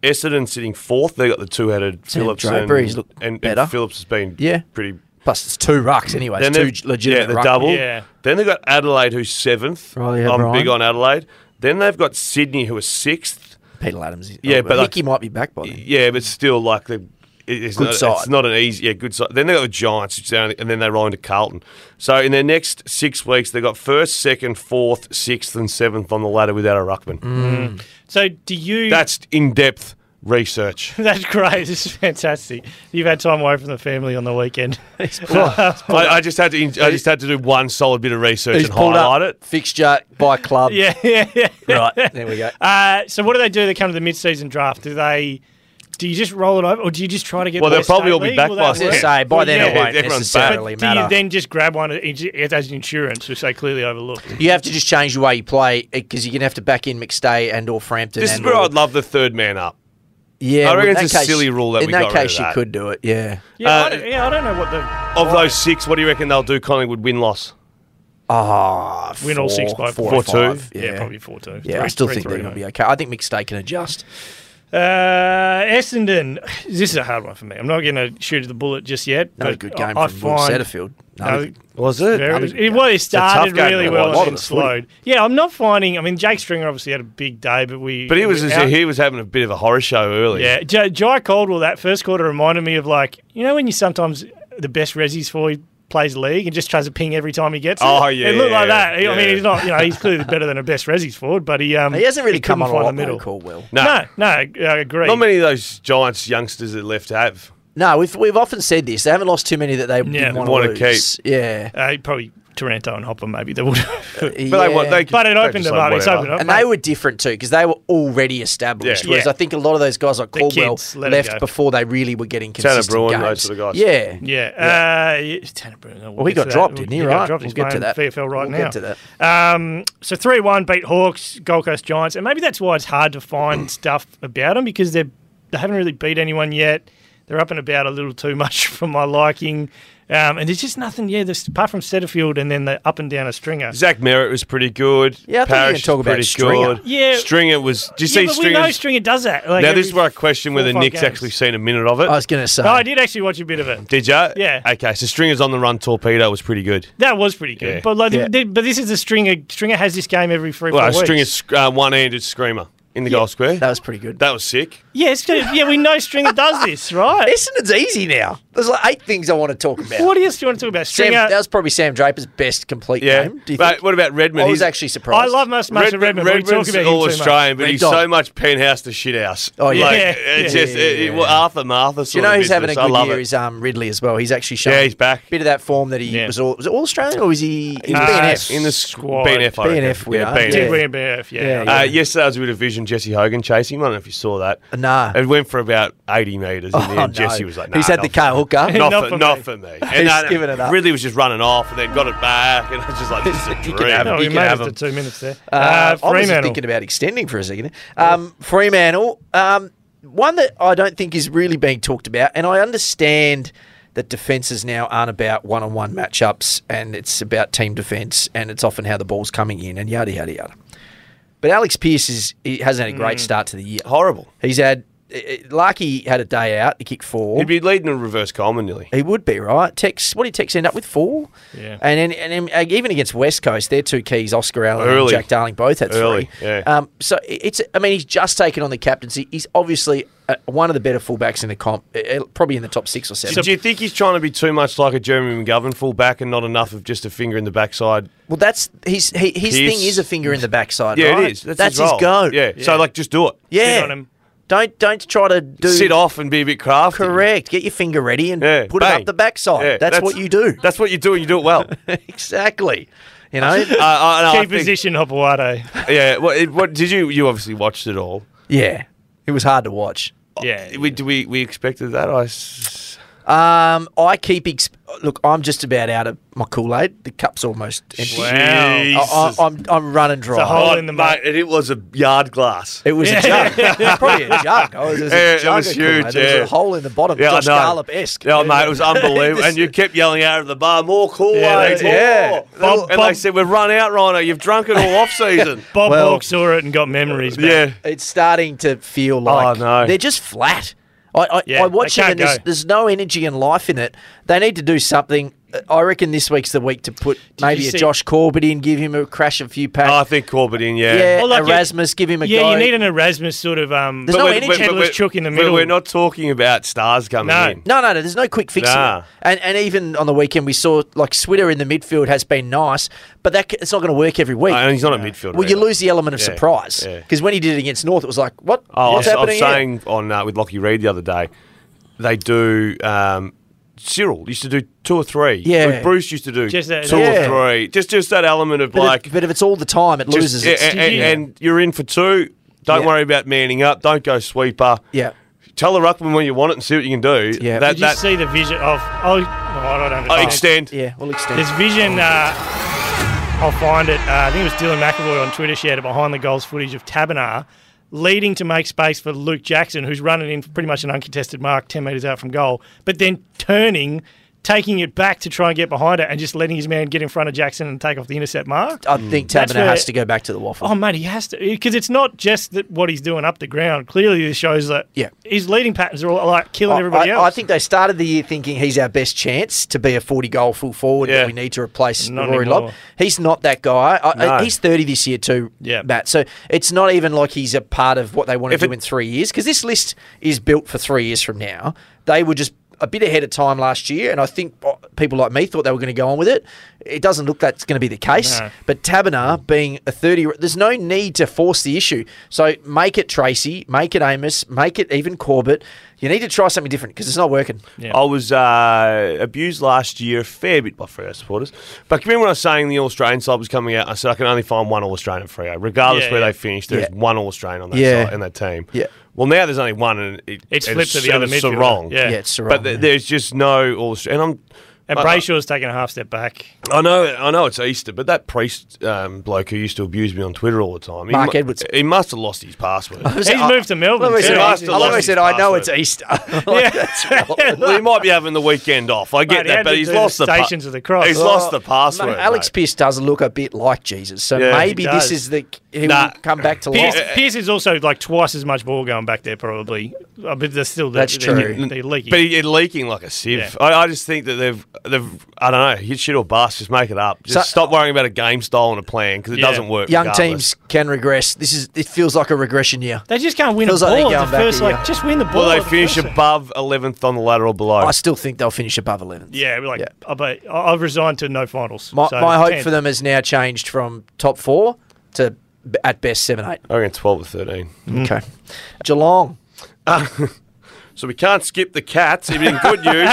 S3: Essendon sitting fourth. They got the two-headed
S2: Sam
S3: Phillips
S2: Draper,
S3: and,
S2: he's looked
S3: and- and
S2: better.
S3: Phillips has been
S2: Yeah.
S3: pretty
S2: Plus, it's two rucks anyway. It's
S3: they've-
S2: two legitimate
S3: Yeah, the
S2: ruck-
S3: double.
S1: Yeah.
S3: Then they've got Adelaide, who's seventh.
S2: Right, yeah,
S3: I'm
S2: Brian.
S3: big on Adelaide. Then they've got Sydney, who are sixth.
S2: Peter Adams. is-
S3: Yeah,
S2: oh,
S3: but, like-
S2: Mickey might be back by then.
S3: Yeah, but still, like the it- it's
S2: Good
S3: not,
S2: side.
S3: It's not an easy. Yeah, good side. Then they got the Giants, which they only, and then they roll into Carlton. So in their next six weeks, they got first, second, fourth, sixth, and seventh on the ladder without a ruckman.
S2: Mm.
S1: So do you?
S3: That's in depth research.
S1: that's great. This is fantastic. You've had time away from the family on the weekend.
S3: I, I just had to. in- I just had to do one solid bit of research
S2: He's
S3: and
S2: pulled
S3: highlight
S2: up
S3: it.
S2: fixture by club.
S1: yeah, yeah, yeah.
S2: Right. There we go.
S1: Uh, so what do they do? They come to the mid-season draft. Do they? Do you just roll it over, or do you just try to get?
S3: Well,
S1: by
S3: they'll probably
S1: state
S3: all be
S1: league?
S3: back
S1: Will
S3: by
S1: that
S2: I was going
S1: work?
S2: to say, by then
S1: Well,
S2: it
S1: yeah.
S2: won't
S3: everyone's back.
S2: necessarily
S1: But do you
S2: matter.
S1: then just grab one as as insurance, which they clearly overlooked?
S2: You have to just change the way you play because you're going to have to back in McStay and or Frampton.
S3: This is
S2: and
S3: where
S2: or,
S3: I'd love the third man up.
S2: yeah,
S3: I
S2: well,
S3: reckon
S2: in
S3: it's
S2: that
S3: a silly rule that
S2: in
S3: we
S2: that
S3: got rid of
S2: case you
S3: that.
S2: could do it. Yeah.
S1: Yeah,
S3: Uh,
S1: I don't, yeah, I don't know what the
S3: Of those six, what do you reckon they'll do? Collingwood win loss.
S2: Ah,
S1: Win all six by
S2: four,
S1: four,
S2: or
S3: two.
S2: five.
S1: yeah, probably four two.
S2: Yeah, I still think they're going to be okay. I think McStay can adjust.
S1: Uh, Essendon, this is a hard one for me. I'm not going to shoot the bullet just yet.
S2: Another
S1: but
S2: good game
S1: I, I
S2: from Will
S1: find
S2: Setterfield.
S1: no,
S2: Another good-
S3: Was it?
S1: very-
S2: another good
S1: it, well, it
S3: tough
S1: started
S3: game to
S1: really
S3: watch.
S1: well
S3: A lot
S1: and
S3: of
S1: then
S2: it's footy.
S1: slowed. Yeah, I'm not finding. I mean, Jake Stringer obviously had a big day, but we.
S3: But he was
S1: we
S3: as if he was having a bit of a horror show early.
S1: Yeah, J- Jai Caldwell. That first quarter reminded me of like you know when you sometimes the best resis for he plays league and just tries to ping every time he gets it.
S3: Oh, yeah,
S1: it looked like
S3: yeah,
S1: that. I
S3: yeah.
S1: mean, he's not. You know, he's clearly better than a best resis forward, but he um
S2: He hasn't really come on
S1: couldn't
S2: a
S1: find the
S2: lot,
S1: middle.
S2: though, Caldwell.
S3: No.
S1: No, no, I agree.
S3: Not many of those Giants youngsters are left to have.
S2: No, we've, we've often said this. They haven't lost too many that they didn't want
S3: wanna
S2: to lose. Yeah.
S1: Uh, probably Taranto and Hopper, maybe they would.
S3: But they want, they
S1: But it
S3: they
S1: opened
S3: just
S1: them
S3: like,
S1: up. It's
S3: whatever.
S1: opened up.
S2: and they were different too because they were already established.
S3: Yeah.
S2: Whereas
S1: Yeah.
S2: I think a lot of those guys like Caldwell
S1: kids, let 'em
S2: left
S1: go.
S2: before they really were getting
S3: Tanner
S2: consistent
S3: Bruin,
S2: games.
S3: those sort of guys.
S2: Yeah,
S1: Yeah. Uh, yeah, Tanner Bruno, we'll
S2: Well,
S1: get
S2: he
S1: to
S2: got
S1: that.
S2: dropped, didn't he? Right?
S1: got dropped. He's
S2: we'll get to
S1: playing
S2: that.
S1: VFL right
S2: we'll
S1: now.
S2: Get to that.
S1: Um, so three one beat Hawks, Gold Coast Giants, and maybe that's why it's hard to find stuff about them because they they haven't really beat anyone yet. They're up and about a little too much for my liking. Um, and there's just nothing, yeah, there's, apart from Setterfield and then the up and down a stringer.
S3: Zach Merritt was pretty good.
S2: Yeah, I thought you were gonna
S3: Parrish
S2: talk
S3: was
S2: about
S3: pretty
S2: Stringer.
S3: good.
S1: Yeah.
S3: Stringer was. Do you
S1: Yeah,
S3: see
S1: but we
S3: Stringer?
S1: know Stringer does that. Like
S3: now
S1: every
S3: this is where I question
S1: four or
S3: whether
S1: five
S3: Nick's
S1: games.
S3: actually seen a minute of it.
S2: I was going to say.
S1: No, I did actually watch a bit of it.
S3: Did you?
S1: Yeah.
S3: Okay, so Stringer's on the run torpedo was pretty good.
S1: That was pretty good.
S3: Yeah.
S1: But like,
S2: Yeah.
S1: th- but this is a Stringer. Stringer has this game every three, four
S3: Well,
S1: weeks.
S3: Stringer's uh, one-handed screamer in the goal square.
S2: that was pretty good.
S3: That was sick.
S1: Yeah, it's good. yeah, we know Stringer does this, right?
S2: Essendon's easy now. There's like eight things I want to talk about.
S1: What do you uh, still want to talk about?
S2: Sam,
S1: Stringer.
S2: that was probably Sam Draper's best complete
S3: Yeah.
S2: game. Do you
S3: but
S2: think?
S3: what about Redmond?
S2: I was
S3: He's-
S2: actually
S1: I
S2: surprised.
S1: love most most of Redmond. but We talk
S3: Redmond's
S1: about
S3: all
S1: him too much.
S3: Australian, but
S2: Red
S3: he's
S2: Dog.
S3: so much penthouse to shit house.
S2: Oh, yeah.
S3: Like,
S1: Yeah.
S3: It's
S1: Yeah,
S3: just
S2: yeah,
S3: it-
S2: yeah,
S3: it- well, Arthur Martha's.
S2: Do you know who's having a
S3: I
S2: good
S3: love
S2: year?
S3: it.
S2: Is um, Ridley as well? He's actually shown
S3: Yeah, he's back.
S2: bit of that form that he
S1: Yeah.
S2: was all was it all Australian or was he in
S1: Uh,
S2: BNF?
S3: in the
S1: Squad.
S3: squad. BNF, I reckon.
S2: BNF we
S3: yeah,
S2: are.
S3: BNF.
S2: Yeah.
S1: Did we in BF? Yeah.
S2: Yeah,
S3: Uh, yesterday was a bit of vision. Jesse Hogan chasing. I don't know if you saw that.
S2: Uh, Nah.
S3: It went for about 80 metres. And
S2: Oh,
S3: then
S2: no.
S3: Jesse was like, nah,
S2: he's had
S3: not
S2: the
S3: for
S2: car
S3: me.
S2: hooker.
S3: Not,
S1: Not
S3: for,
S1: for me.
S3: not for me.
S2: He's
S3: And uh,
S2: giving it up.
S3: Ridley was just running off and then got it back. And I was just like, this is a
S2: You can
S3: dream.
S2: have
S1: No,
S2: him.
S1: we
S2: You can
S1: made
S2: have
S1: it to
S2: him.
S1: two minutes there. Uh,
S2: Uh, I was just
S1: Fremantle.
S2: thinking about extending for a second. Um, Fremantle, um, one that I don't think is really being talked about, and I understand that defences now aren't about one-on-one matchups, and it's about team defence, and it's often how the ball's coming in, and yada yada yada. But Alex Pearce is he hasn't had a
S3: Mm.
S2: great start to the year.
S3: Horrible.
S2: He's had eh, eh, Larky had a day out. He kicked four.
S3: He'd be leading a reverse Coleman nearly.
S2: He would be right. Tex, what did Tex end up with four?
S1: Yeah.
S2: and then, and then uh, even against West Coast, their two keys, Oscar Allen and
S3: Early.
S2: Jack Darling, both had
S3: Early,
S2: three.
S3: yeah.
S2: Um, so i- it's, I mean, he's just taken on the captaincy. He's obviously uh, one of the better fullbacks in the comp, uh, uh, probably in the top six or seven.
S3: Do you think he's trying to be too much like a Jeremy McGovern fullback and not enough of just a finger in the backside?
S2: well, that's his he, his
S3: He's-
S2: thing is a finger in the backside.
S3: Yeah,
S2: right?
S3: it is. That's,
S2: his,
S3: his, role.
S2: go.
S3: Yeah. So like, just do it.
S2: yeah.
S1: Sit on him.
S2: Don't don't try to do
S3: Sit off and be a bit crafty.
S2: Correct. Get your finger ready and
S3: Yeah,
S2: put it
S3: bang.
S2: up the backside.
S3: Yeah,
S2: that's, what you do.
S3: That's what you do, and you do it well. uh,
S2: exactly. You know.
S3: I, I- I
S1: Key
S3: think-
S1: position, Hopoato.
S3: Yeah. What, it- what did you? You obviously watched it all.
S2: yeah. It was hard to watch.
S1: Yeah.
S3: We do we we expected that. I. s-
S2: Um, I keep exp- look. I'm just about out of my Kool Aid. The cup's almost empty.
S1: Wow.
S2: I, I, I'm I'm running dry.
S1: It's a hole in the
S3: Mate,
S1: mud.
S3: and it was a yard glass.
S2: it was a jug. Probably a jug. Oh, it was a
S3: Yeah, it
S2: jug
S3: was
S2: of Kool-Aid.
S3: huge,
S2: There
S3: yeah.
S2: was a hole in the bottom.
S3: Yeah, I
S2: Josh
S3: know.
S2: Gallop-esque.
S3: Yeah, mate, it was unbelievable. and you kept yelling out of the bar, more cool
S1: Yeah,
S3: yeah,
S1: they did.
S2: Yeah.
S1: Bob-
S3: and they
S1: Bob-
S3: said, we've run out, Rhino. You've drunk it all off season.
S1: Bob
S2: Well-
S1: Hawke saw it and got memories. back.
S3: yeah.
S2: It's starting to feel like
S3: Oh, no.
S2: they're just flat. I, I,
S1: Yeah,
S2: I watch
S1: they
S2: it
S1: can't
S2: and there's,
S1: go.
S2: there's no energy and life in it. They need to do something. I reckon this week's the week to put maybe
S1: you
S2: a
S1: see-
S2: Josh Corbett in, give him a crash a few packs.
S3: Oh, I think Corbett in, yeah.
S2: yeah,
S1: Well, like you-
S2: Erasmus, give him a
S1: Yeah,
S2: go.
S1: you need an Erasmus sort of um,
S2: There's no
S3: we're-
S2: energy.
S3: we're-
S1: Headless
S3: we're-
S1: chook in the
S3: but
S1: middle.
S3: We're not talking about stars coming
S1: No.
S3: in.
S2: No, no, no. There's no quick fix.
S3: Nah.
S2: Nah. And and even on the weekend we saw like Switter in the midfield has been nice, but that c- it's not going to work every week.
S3: No, and he's not a midfielder.
S2: well, you
S3: either.
S2: lose the element of
S3: Yeah,
S2: surprise
S3: yeah.
S2: because when he did it against North, it was like, what?
S3: Oh,
S2: What's
S3: I was, I
S2: happening?
S3: was
S2: here?
S3: saying on uh, with Lockie Reed the other day, they do. Um, Cyril used to do two or three.
S2: Yeah.
S3: Like Bruce used to do
S1: Just that-
S3: two
S2: Yeah.
S3: or three. Just just that element of
S2: But,
S3: like
S2: if, but if it's all the time, it loses.
S3: just, yeah,
S2: its-
S3: and,
S1: Did you-
S3: and- and you're in for two. Don't
S2: Yeah.
S3: worry about manning up. Don't go sweeper.
S2: Yeah.
S3: Tell the ruckman when you want it and see what you can do.
S2: Yeah.
S3: That,
S1: Did you
S3: that
S1: see the vision of? Oh, oh I don't know.
S3: uh, extend.
S2: yeah, we'll extend.
S1: There's vision. Uh, I'll find it. Uh, I think it was Dylan McAvoy on Twitter shared it behind the goals footage of Tabernar leading to make space for Luke Jackson, who's running in for pretty much an uncontested mark, ten metres out from goal, but then turning, taking it back to try and get behind it, and just letting his man get in front of Jackson and take off the intercept mark.
S2: I
S3: Hmm.
S2: think
S1: That's
S2: Taberner
S1: where-
S2: has to go back to the waffle.
S1: Oh mate, he has to because it's not just that what he's doing up the ground. Clearly, this shows that
S2: Yeah.
S1: his leading patterns are all like killing
S2: I-
S1: everybody
S2: I,
S1: else.
S2: I think they started the year thinking he's our best chance to be a 40 goal full forward
S3: Yeah.
S2: that we need to replace
S1: Not
S2: Rory
S1: anymore.
S2: Lobb. He's not that guy. I, I-
S3: No.
S2: He's 30 this year too,
S1: Yeah.
S2: Matt. So it's not even like he's a part of what they want to
S3: If
S2: do
S3: it-
S2: in three years because this list is built for three years from now. They were just a bit ahead of time last year, and I think uh, people like me thought they were going to go on with it. It doesn't look that's going to be the case.
S1: No.
S2: But Tabernar being a 30, there's no need to force the issue. So make it Tracy, make it Amos, make it even Corbett. You need to try something different because it's not working.
S1: Yeah.
S3: I was uh, abused last year a fair bit by Freo supporters. But remember when I was saying the All Australian side was coming out, I said I can only find one All Australian at Freo, regardless
S1: Yeah,
S3: where
S1: yeah.
S3: they finish. There's
S2: Yeah.
S3: one All Australian on that
S2: Yeah.
S3: side and that team.
S2: Yeah.
S3: Well, now there's only one, and it,
S1: It's flipped to the other midfielder.
S3: Sarong.
S1: Yeah.
S2: Yeah, it's Sarong,
S3: but th-
S2: yeah.
S3: there's just no All Australian. And I'm
S1: And Brayshaw's taken a half step back.
S3: I know, I know it's Easter, but that priest um, bloke who used to abuse me on Twitter all the time, he
S2: Mark Edwards.
S3: he must have lost his password.
S1: He's moved to
S2: I love
S1: Melbourne.
S2: how he
S1: too.
S2: said,
S3: must have
S2: I, love how he
S3: lost
S2: said,
S3: his
S2: I know it's
S3: password."
S2: Easter.
S1: Yeah.
S3: well, he might be having the weekend off. I get
S1: Mate, he
S3: that,
S1: had
S3: but
S1: to
S3: he's
S1: do the
S3: lost the pa-
S1: Stations of the Cross.
S3: He's
S1: Oh,
S3: lost the password.
S2: Mate, Alex
S3: mate.
S2: Pierce does look a bit like Jesus, so
S3: Yeah, he
S2: maybe this
S1: does.
S2: is the he
S3: Nah.
S2: will come back to
S1: Pierce,
S2: life.
S1: Pierce is also like twice as much ball going back there, probably. Uh, But they're still they're,
S2: That's
S1: they're,
S2: true.
S1: They're leaking.
S3: But he, he's leaking like a sieve.
S1: Yeah.
S3: I, I just think that they've they've I don't know hit shit or bust. Just make it up. Just
S2: So-
S3: stop worrying about a game style and a plan because it
S1: Yeah.
S3: doesn't work.
S2: Young
S3: regardless.
S2: teams can regress. This is it feels like a regression year.
S1: they just can't win
S2: Feels
S1: a
S2: like they're
S1: ball. at
S2: going
S1: the
S2: back
S1: first,
S2: a
S1: like,
S2: year.
S1: just win the ball.
S3: Will
S1: at
S3: they
S1: the
S3: finish
S1: first-
S3: above eleventh on the ladder or below?
S2: I still think they'll finish above 11th.
S1: Yeah, we're like
S2: Yeah.
S1: I bet- I- I've resigned to no finals.
S2: My,
S1: So
S2: my hope
S1: ten.
S2: for them has now changed from top four to b- at best seven eight.
S3: I reckon twelve or thirteen.
S2: Okay, Mm. Geelong
S3: So we can't skip the Cats. If in good news,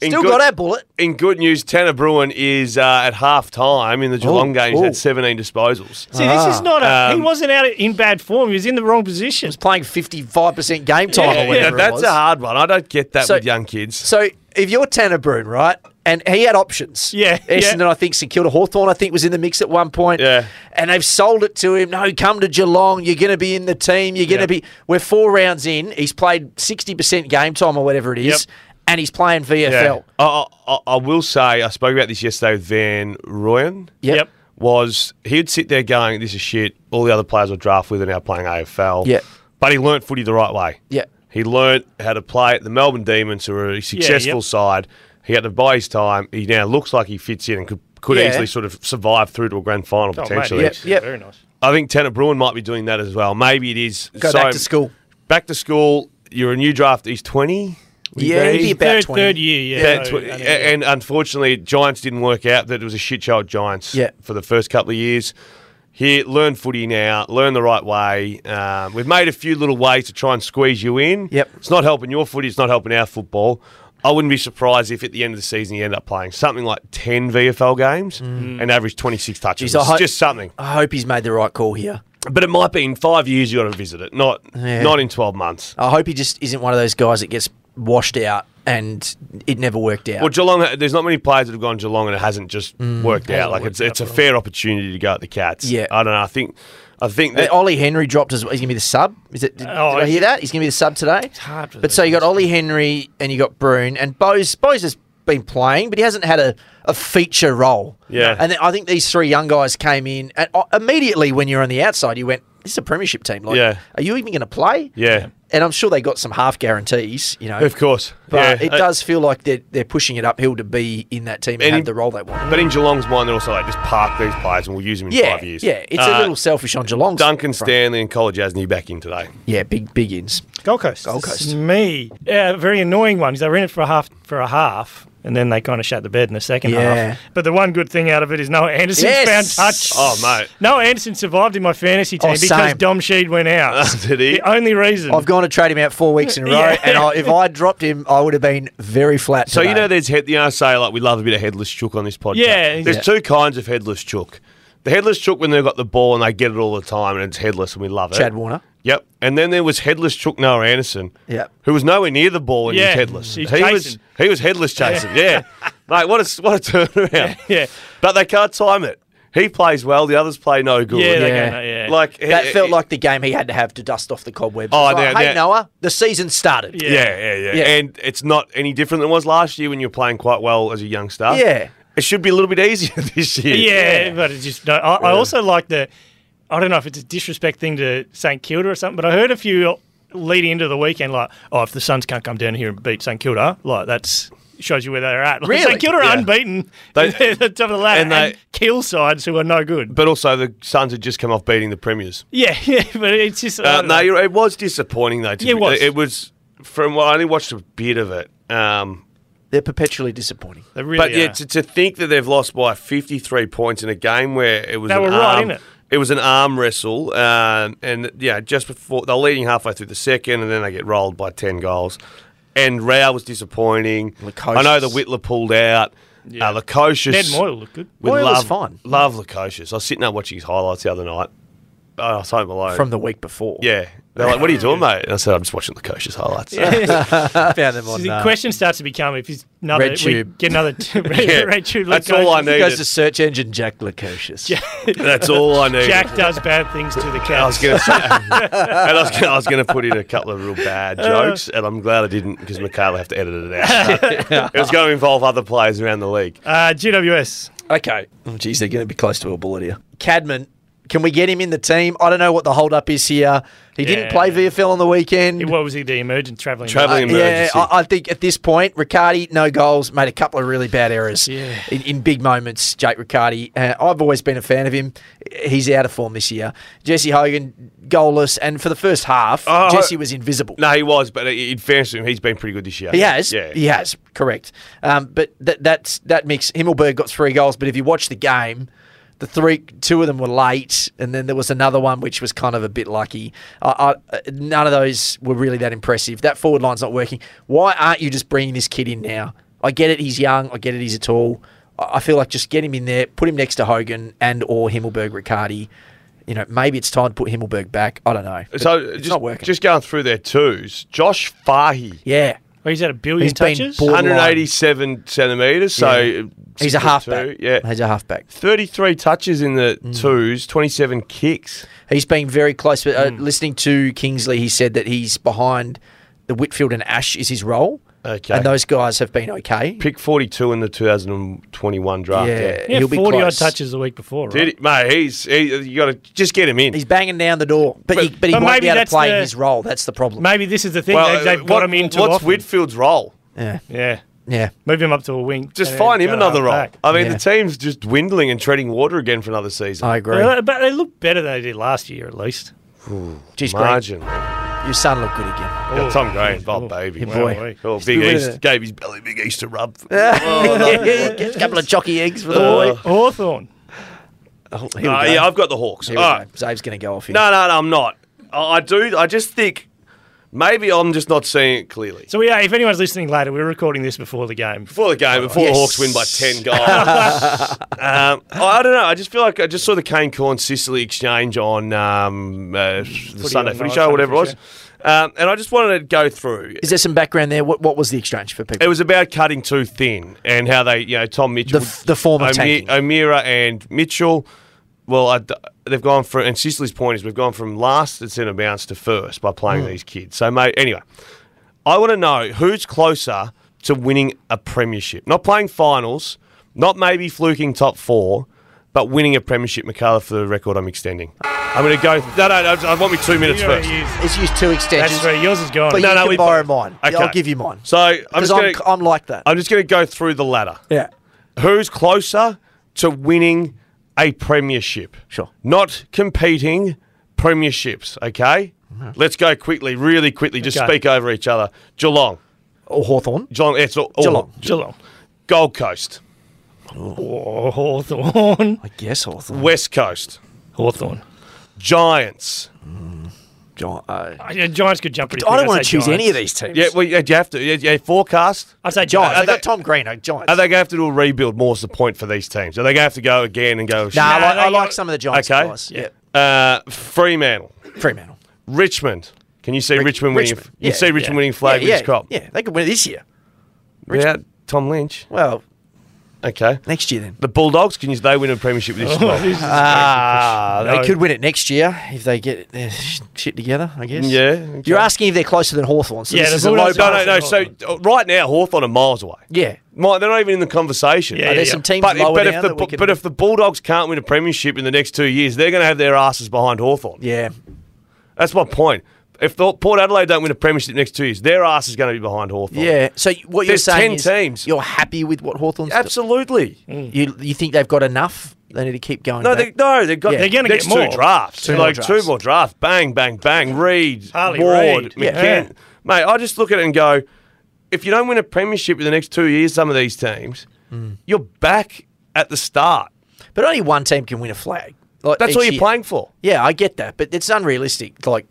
S3: in
S2: still
S3: good,
S2: got our bullet.
S3: in good news, Tanner Bruin is uh, at half time in the Geelong
S2: Ooh,
S3: game. He's
S2: ooh.
S3: had seventeen disposals.
S1: See, this
S2: Ah.
S1: is not a. he
S3: Um,
S1: wasn't out in bad form. He was in the wrong position.
S2: He's playing fifty five percent game time
S1: Yeah,
S2: or
S1: yeah,
S2: whatever. it
S3: that's
S2: was.
S3: a hard one. I don't get that
S2: So-
S3: with young kids.
S2: So if you're Tanner Brune, right, and he had options.
S1: Yeah, yeah.
S2: Essendon, I think, St Kilda Hawthorn, I think, was in the mix at one point.
S3: Yeah.
S2: And they've sold it to him. No, come to Geelong. You're going to be in the team. You're going to
S1: Yeah.
S2: be. We're four rounds in. He's played 60% game time or whatever it is, and he's playing VFL.
S3: I, I, I will say, I spoke about this yesterday with Van Royen.
S2: Yep.
S1: Yep.
S3: Was he'd sit there going, "This is shit." All the other players were draft with are now playing AFL.
S2: Yeah.
S3: But he learnt footy the right way.
S2: Yeah.
S3: He learnt how to play at the Melbourne Demons, who are a successful
S1: yep.
S3: side. He had to buy his time. He now looks like he fits in and could, could
S2: Yeah.
S3: easily sort of survive through to a grand
S1: Oh,
S3: final
S1: mate,
S3: potentially.
S1: he's
S2: Yep.
S1: Very nice.
S3: I think Tanner Bruin might be doing that as well. Maybe it is.
S2: Go back to school.
S3: Back to school. You're a new draft. He's 20. would you
S2: Yeah,
S3: be?
S2: he'd be about
S1: Third,
S2: 20.
S1: third year, yeah.
S3: Yeah,
S1: so-
S3: tw-
S1: and-
S3: and unfortunately, Giants didn't work out. That it was a shit show at Giants
S2: Yeah.
S3: for the first couple of years. Here, learn footy now. Learn the right way. Um, we've made a few little ways to try and squeeze you in.
S2: Yep.
S3: It's not helping your footy. It's not helping our football. I wouldn't be surprised if at the end of the season you end up playing something like 10 VFL games and average 26 touches.
S2: Jeez, I
S3: It's
S2: hope-
S3: just something.
S2: I hope he's made the right call here.
S3: But it might be in five years you got to visit it, not
S2: Yeah.
S3: not in 12 months.
S2: I hope he just isn't one of those guys that gets washed out and it never worked out.
S3: Well, Geelong, there's not many players that have gone Geelong and it hasn't just
S2: Mm.
S3: worked out. Like it's it's a fair opportunity to go at the Cats.
S2: Yeah.
S3: I don't know. I think I think
S2: Uh,
S3: that
S2: Ollie Henry dropped as well. He's going to be the sub. Is it? Did,
S1: Oh,
S2: did I hear
S1: he-
S2: that? He's going to be the sub today. It's
S1: hard with
S2: But so you got Ollie Henry and you got Brune and Bose. Bose has been playing, but he hasn't had a, a feature role.
S3: Yeah.
S2: And then I think these three young guys came in and uh, immediately when you're on the outside, you went, "This is a premiership team. Like,
S3: Yeah.
S2: are you even going to play?"
S3: yeah,
S2: And I'm sure they got some half guarantees, you know.
S3: of course.
S2: But
S3: yeah. Uh,
S2: it does feel like they're, they're pushing it uphill to be in that team and,
S3: And
S2: have
S3: in-
S2: the role they want.
S3: But in Geelong's mind, they're also like just park these players and we'll use them in
S2: yeah,
S3: five years.
S2: yeah, it's a
S3: Uh,
S2: little selfish on Geelong's
S3: Duncan
S2: front.
S3: Stanley and Cole Jasny back in today.
S2: Yeah, big big ins.
S1: Gold Coast.
S2: Gold
S1: This
S2: Coast.
S1: is me. Yeah, a very annoying one. 'cause They were in it for a half for a half, and then they kind of shut the bed in the second
S2: Yeah.
S1: half. But the one good thing out of it is Noah Anderson
S2: Yes.
S1: found touch.
S3: Oh mate,
S1: Noah Anderson survived in my fantasy team
S2: Oh,
S1: because
S2: same.
S1: Dom Sheed went out.
S3: did he?
S1: the only reason.
S2: I've gone to trade him out four weeks in a row,
S1: Yeah.
S2: and I, if I dropped him, I would have been very flat.
S3: So you
S2: today.
S3: know, there's head. You know, I say like we love a bit of headless chook on this podcast.
S1: Yeah,
S3: there's
S1: yeah.
S3: two kinds of headless chook. The headless chook when they've got the ball and they get it all the time and it's headless and we love it.
S2: Chad Warner.
S3: Yep. And then there was headless Chuck Noah Anderson.
S2: Yep.
S3: Who was nowhere near the ball and he was
S1: Yeah,
S3: headless.
S1: he's
S3: he was
S1: chasing.
S3: he was headless chasing. Yeah. Mate, what a s- what a turnaround.
S1: yeah.
S3: But they can't time it. He plays well, the others play no good.
S1: yeah, they
S2: Yeah.
S1: go, no, yeah.
S3: Like
S2: that
S3: it-
S2: felt
S3: it-
S2: like the game he had to have to dust off the cobwebs.
S3: Oh,
S2: It was like,
S3: now-
S2: hey
S3: now-
S2: Noah, the season started.
S1: Yeah.
S3: yeah, yeah, yeah,
S2: Yeah.
S3: And it's not any different than it was last year when you were playing quite well as a young star.
S2: Yeah.
S3: It should be a little bit easier this year.
S1: Yeah, but it's just no. I, I also like the. I don't know if it's a disrespect thing to St Kilda or something, but I heard a few leading into the weekend like, oh, if the Suns can't come down here and beat St Kilda, like that's shows you where they're at. Like,
S2: Really?
S1: St Kilda are
S3: Yeah.
S1: unbeaten.
S3: They-
S1: They're at the top of the ladder
S3: and
S1: and,
S3: they-
S1: kill sides who are no good.
S3: But also the Suns had just come off beating the Premiers.
S1: Yeah, yeah, but it's just I
S3: Uh,
S1: don't
S3: no,
S1: know.
S3: you're, it was disappointing though. To
S1: Yeah, it
S3: be-
S1: was.
S3: It was from what I only watched a bit of it. Um,
S2: They're perpetually disappointing.
S1: They really
S3: but yeah,
S1: are.
S3: to, to think that they've lost by 53 points in a game where it was
S1: They
S3: an
S1: were right
S3: arm,
S1: in it.
S3: was an arm wrestle, um, and yeah, just before they're leading halfway through the second, and then they get rolled by 10 goals. And Rao was disappointing.
S2: Lukosius.
S3: I know the Whitler pulled out.
S1: Yeah.
S3: Uh, Lukosius.
S1: Ned Moyle looked good.
S3: We
S2: Moyle was
S3: love,
S2: fine.
S3: Love Lukosius. I was sitting there watching his highlights the other night. oh, I was home alone.
S2: from the week before.
S3: yeah. They're like, what are you doing, mate? And I said, I'm just watching the coach's highlights.
S2: found them
S1: So
S2: on.
S1: the
S2: uh,
S1: question starts to become if he's another
S2: Red
S1: we
S2: Tube.
S1: get another t- red,
S3: Yeah,
S1: red tube.
S3: that's
S1: Luke
S3: all I
S1: goes,
S3: know.
S2: he goes to search engine Jack Lacocious.
S3: That's all I need.
S1: Jack does bad things to the cows.
S3: I was going to say, and I was gonna, I was going to put in a couple of real bad
S2: Uh.
S3: jokes, and I'm glad I didn't because Michaela have to edit it out. it was going to involve other players around the league.
S1: uh, GWS.
S2: Okay. Oh, geez, they're going to be close to a bullet here. Cadman, can we get him in the team? I don't know what the holdup is here. He
S1: Yeah.
S2: didn't play VFL on the weekend.
S1: What was he? The emergent traveling.
S3: Travelling
S1: man?
S3: an
S2: Uh, yeah,
S3: emergency.
S2: I, I think at this point, Riccardi, no goals, made a couple of really bad errors
S1: Yeah.
S2: in, in big moments. Jake Riccardi, uh, I've always been a fan of him. He's out of form this year. Jesse Hogan, goalless, and for the first half,
S3: Oh,
S2: Jesse was invisible.
S3: No, he was, but in fairness to him, he's been pretty good this year.
S2: He has.
S3: Yeah.
S2: He has. Correct. Um, but that that's that makes Himmelberg got three goals. But if you watch the game, the three two of them were late, and then there was another one which was kind of a bit lucky. I, I, uh, none of those were really that impressive. That forward line's not working. Why aren't you just bringing this kid in now? I get it. He's young. I get it. He's tall. I I feel like just get him in there, put him next to Hogan and or Himmelberg Riccardi. You know, maybe it's time to put Himmelberg back. I don't know. But
S3: So
S2: it's
S3: just,
S2: not working.
S3: just going through their twos, Josh Fahy,
S2: yeah.
S1: Well, he's had a 1000000000
S2: He's been
S1: touches.
S2: bought-
S3: 187 centimetres, so
S2: Yeah. He's a
S3: six foot
S2: halfback. Mm.
S3: two, Yeah.
S2: He's a halfback.
S3: 33 touches in the twos, 27 kicks.
S2: He's been very close. But, uh,
S3: Hmm.
S2: Listening to Kingsley, he said that he's behind the Whitfield and Ash is his role.
S3: Okay.
S2: And those guys have been okay.
S3: Pick 42 in the 2021 draft.
S2: Yeah.
S1: yeah,
S2: he'll be
S1: forty odd
S2: close.
S1: touches the week before. Right?
S3: Did he, mate, he's he, you got to just get him in.
S2: He's banging down the door, but, he, but he
S1: but
S2: won't
S1: maybe
S2: be able to
S1: that's
S2: play
S1: the-
S2: his role. That's the problem.
S1: Maybe this is the thing
S3: Well, uh,
S1: they,
S2: uh,
S1: they've
S3: what-
S1: got him into.
S3: What's
S1: often.
S3: Whitfield's role?
S2: yeah,
S1: Yeah,
S2: yeah.
S1: move him up to a wing.
S3: Just
S1: and then
S3: find him
S1: go
S3: another role.
S1: half-back.
S3: I mean,
S2: Yeah.
S3: the team's just dwindling and treading water again for another season.
S2: I agree.
S1: But but they look better than they did last year, at least.
S2: Geez, Greg,
S3: Margin.
S2: your son looked good again.
S3: Yeah, Tom Gray, Bob
S1: Oh,
S3: Baby.
S2: good boy.
S1: Wowee.
S3: Oh,
S2: been
S3: Big
S2: with
S3: East
S2: it.
S3: gave his belly Big East a rub. Oh, no.
S2: a couple of jockey eggs for the
S3: Uh,
S2: boy.
S1: Hawthorn.
S2: Oh, here we
S3: Ah,
S2: go.
S3: yeah, I've got the Hawks.
S2: Here we
S3: All right.
S2: go. Zabe's going to go off here.
S3: No, no, no, I'm not. I, I do. I just think maybe I'm just not seeing it clearly.
S1: So yeah, if anyone's listening later, we're recording this before the game.
S3: Before the game, before
S2: Yes.
S3: the Hawks win by 10 goals. um, I don't know. I just feel like I just saw the Kane Corn Sicily exchange on um, uh, the Sunday
S1: on
S3: Footy
S1: night,
S3: Show,
S1: Sunday
S3: whatever it was.
S1: Footy
S3: Um, and I just wanted to go through.
S2: Is there some background there? What, what was the exchange for people?
S3: It was about cutting too thin and how they, you know, Tom Mitchell.
S2: The f- the form of tanking.
S3: O'Meara and Mitchell. Well, I d they've gone from, and Sicily's point is we've gone from last at centre bounce to first by playing these kids. So, mate, anyway, I want to know who's closer to winning a premiership. Not playing finals, not maybe fluking top four, but winning a premiership. Michaela, for the record, I'm extending. I'm going to go. No, no, no, I want me two minutes
S1: You already
S3: first.
S1: used-
S2: It's used two extensions.
S1: That's right. Yours is gone.
S2: But
S3: No,
S2: you
S3: no,
S2: can
S3: we-
S2: borrow mine. Yeah, I'll give you mine.
S3: So I'm
S2: Because
S3: just
S2: I'm,
S3: going
S2: I'm like that.
S3: I'm just going to go through the ladder.
S2: yeah.
S3: Who's closer to winning a premiership?
S2: Sure.
S3: Not competing premierships, okay?
S2: Mm-hmm.
S3: Let's go quickly, really quickly, just
S1: Okay.
S3: speak over each other. Geelong.
S2: Or Hawthorn.
S3: Geelong, it's all,
S2: Geelong.
S3: all-
S1: Geelong.
S3: Gold Coast.
S1: Oh, Hawthorn.
S2: I guess Hawthorn.
S3: West Coast.
S1: Hawthorn.
S3: Giants.
S2: John, uh,
S1: Yeah, Giants could jump pretty
S2: I
S1: quick.
S2: don't
S1: I'd
S2: want to
S1: say
S2: choose any of
S1: Giants.
S2: these teams.
S3: Yeah, well, yeah, you have to. Yeah, yeah, forecast.
S1: I'd say
S2: Giants.
S1: Giants.
S2: They
S3: they-
S2: got Tom Green. No, Giants.
S3: Are they going to have to do a rebuild more? Is the point for these teams? Are they going to have to go again and go?
S2: nah, I,
S1: Nah,
S2: like,
S1: they
S2: I like
S1: got-
S2: some of the Giants
S3: okay.
S2: guys. Yeah.
S3: Uh, Fremantle.
S2: Fremantle.
S3: Richmond. Can you see Richmond winning?
S2: Richmond.
S3: You
S2: Yeah,
S3: see Richmond
S1: yeah.
S3: winning flag
S2: yeah,
S3: with
S2: yeah,
S3: his crop.
S2: Yeah, they could win it this year.
S3: Without Tom Lynch.
S2: Well,
S3: Okay.
S2: next year then.
S3: The Bulldogs, can you they win a premiership this
S1: This
S3: year?
S1: is-
S2: Ah,
S1: No.
S2: they could win it next year if they get their sh- shit together, I guess.
S3: Yeah. okay.
S2: You're asking if they're closer than Hawthorn. So
S1: Yeah,
S2: this
S1: the
S2: is a low
S1: Bulldogs
S3: No,
S1: are-
S2: bar.
S3: no, no. So uh, right now, Hawthorn are miles away.
S2: Yeah.
S3: Mi- They're not even in the conversation.
S1: Yeah,
S2: Are
S1: yeah,
S2: there
S1: yeah.
S2: some teams
S3: But, if,
S2: lower
S3: but,
S2: down
S3: if the,
S2: that we
S3: Bu-
S2: could-
S3: but if the Bulldogs can't win a premiership in the next two years, they're going to have their asses behind Hawthorn.
S2: yeah,
S3: That's my point. If the, Port Adelaide don't win a premiership next two years, their ass is going to be behind Hawthorn.
S2: yeah. So y- what
S3: There's
S2: you're saying
S3: 10
S2: is
S3: teams.
S2: you're happy with what Hawthorn's
S3: Absolutely.
S2: You you think they've got enough? They need to keep going.
S3: Mm. No,
S2: back?
S3: they, no, they've got
S2: Yeah. They're
S1: gonna
S3: next
S1: get more.
S3: two drafts,
S2: Two more
S3: like
S2: drafts.
S3: two more drafts. Bang, bang, bang. Reed,
S1: Harley
S3: Ward,
S1: Reid.
S3: McCann.
S1: Yeah.
S3: Mate, I just look at it and go, if you don't win a premiership in the next two years, some of these teams, you're back at the start.
S2: But only one team can win a flag. Like
S3: That's
S2: each
S3: all you're
S2: year.
S3: playing for.
S2: Yeah, I get that, but it's unrealistic. Like,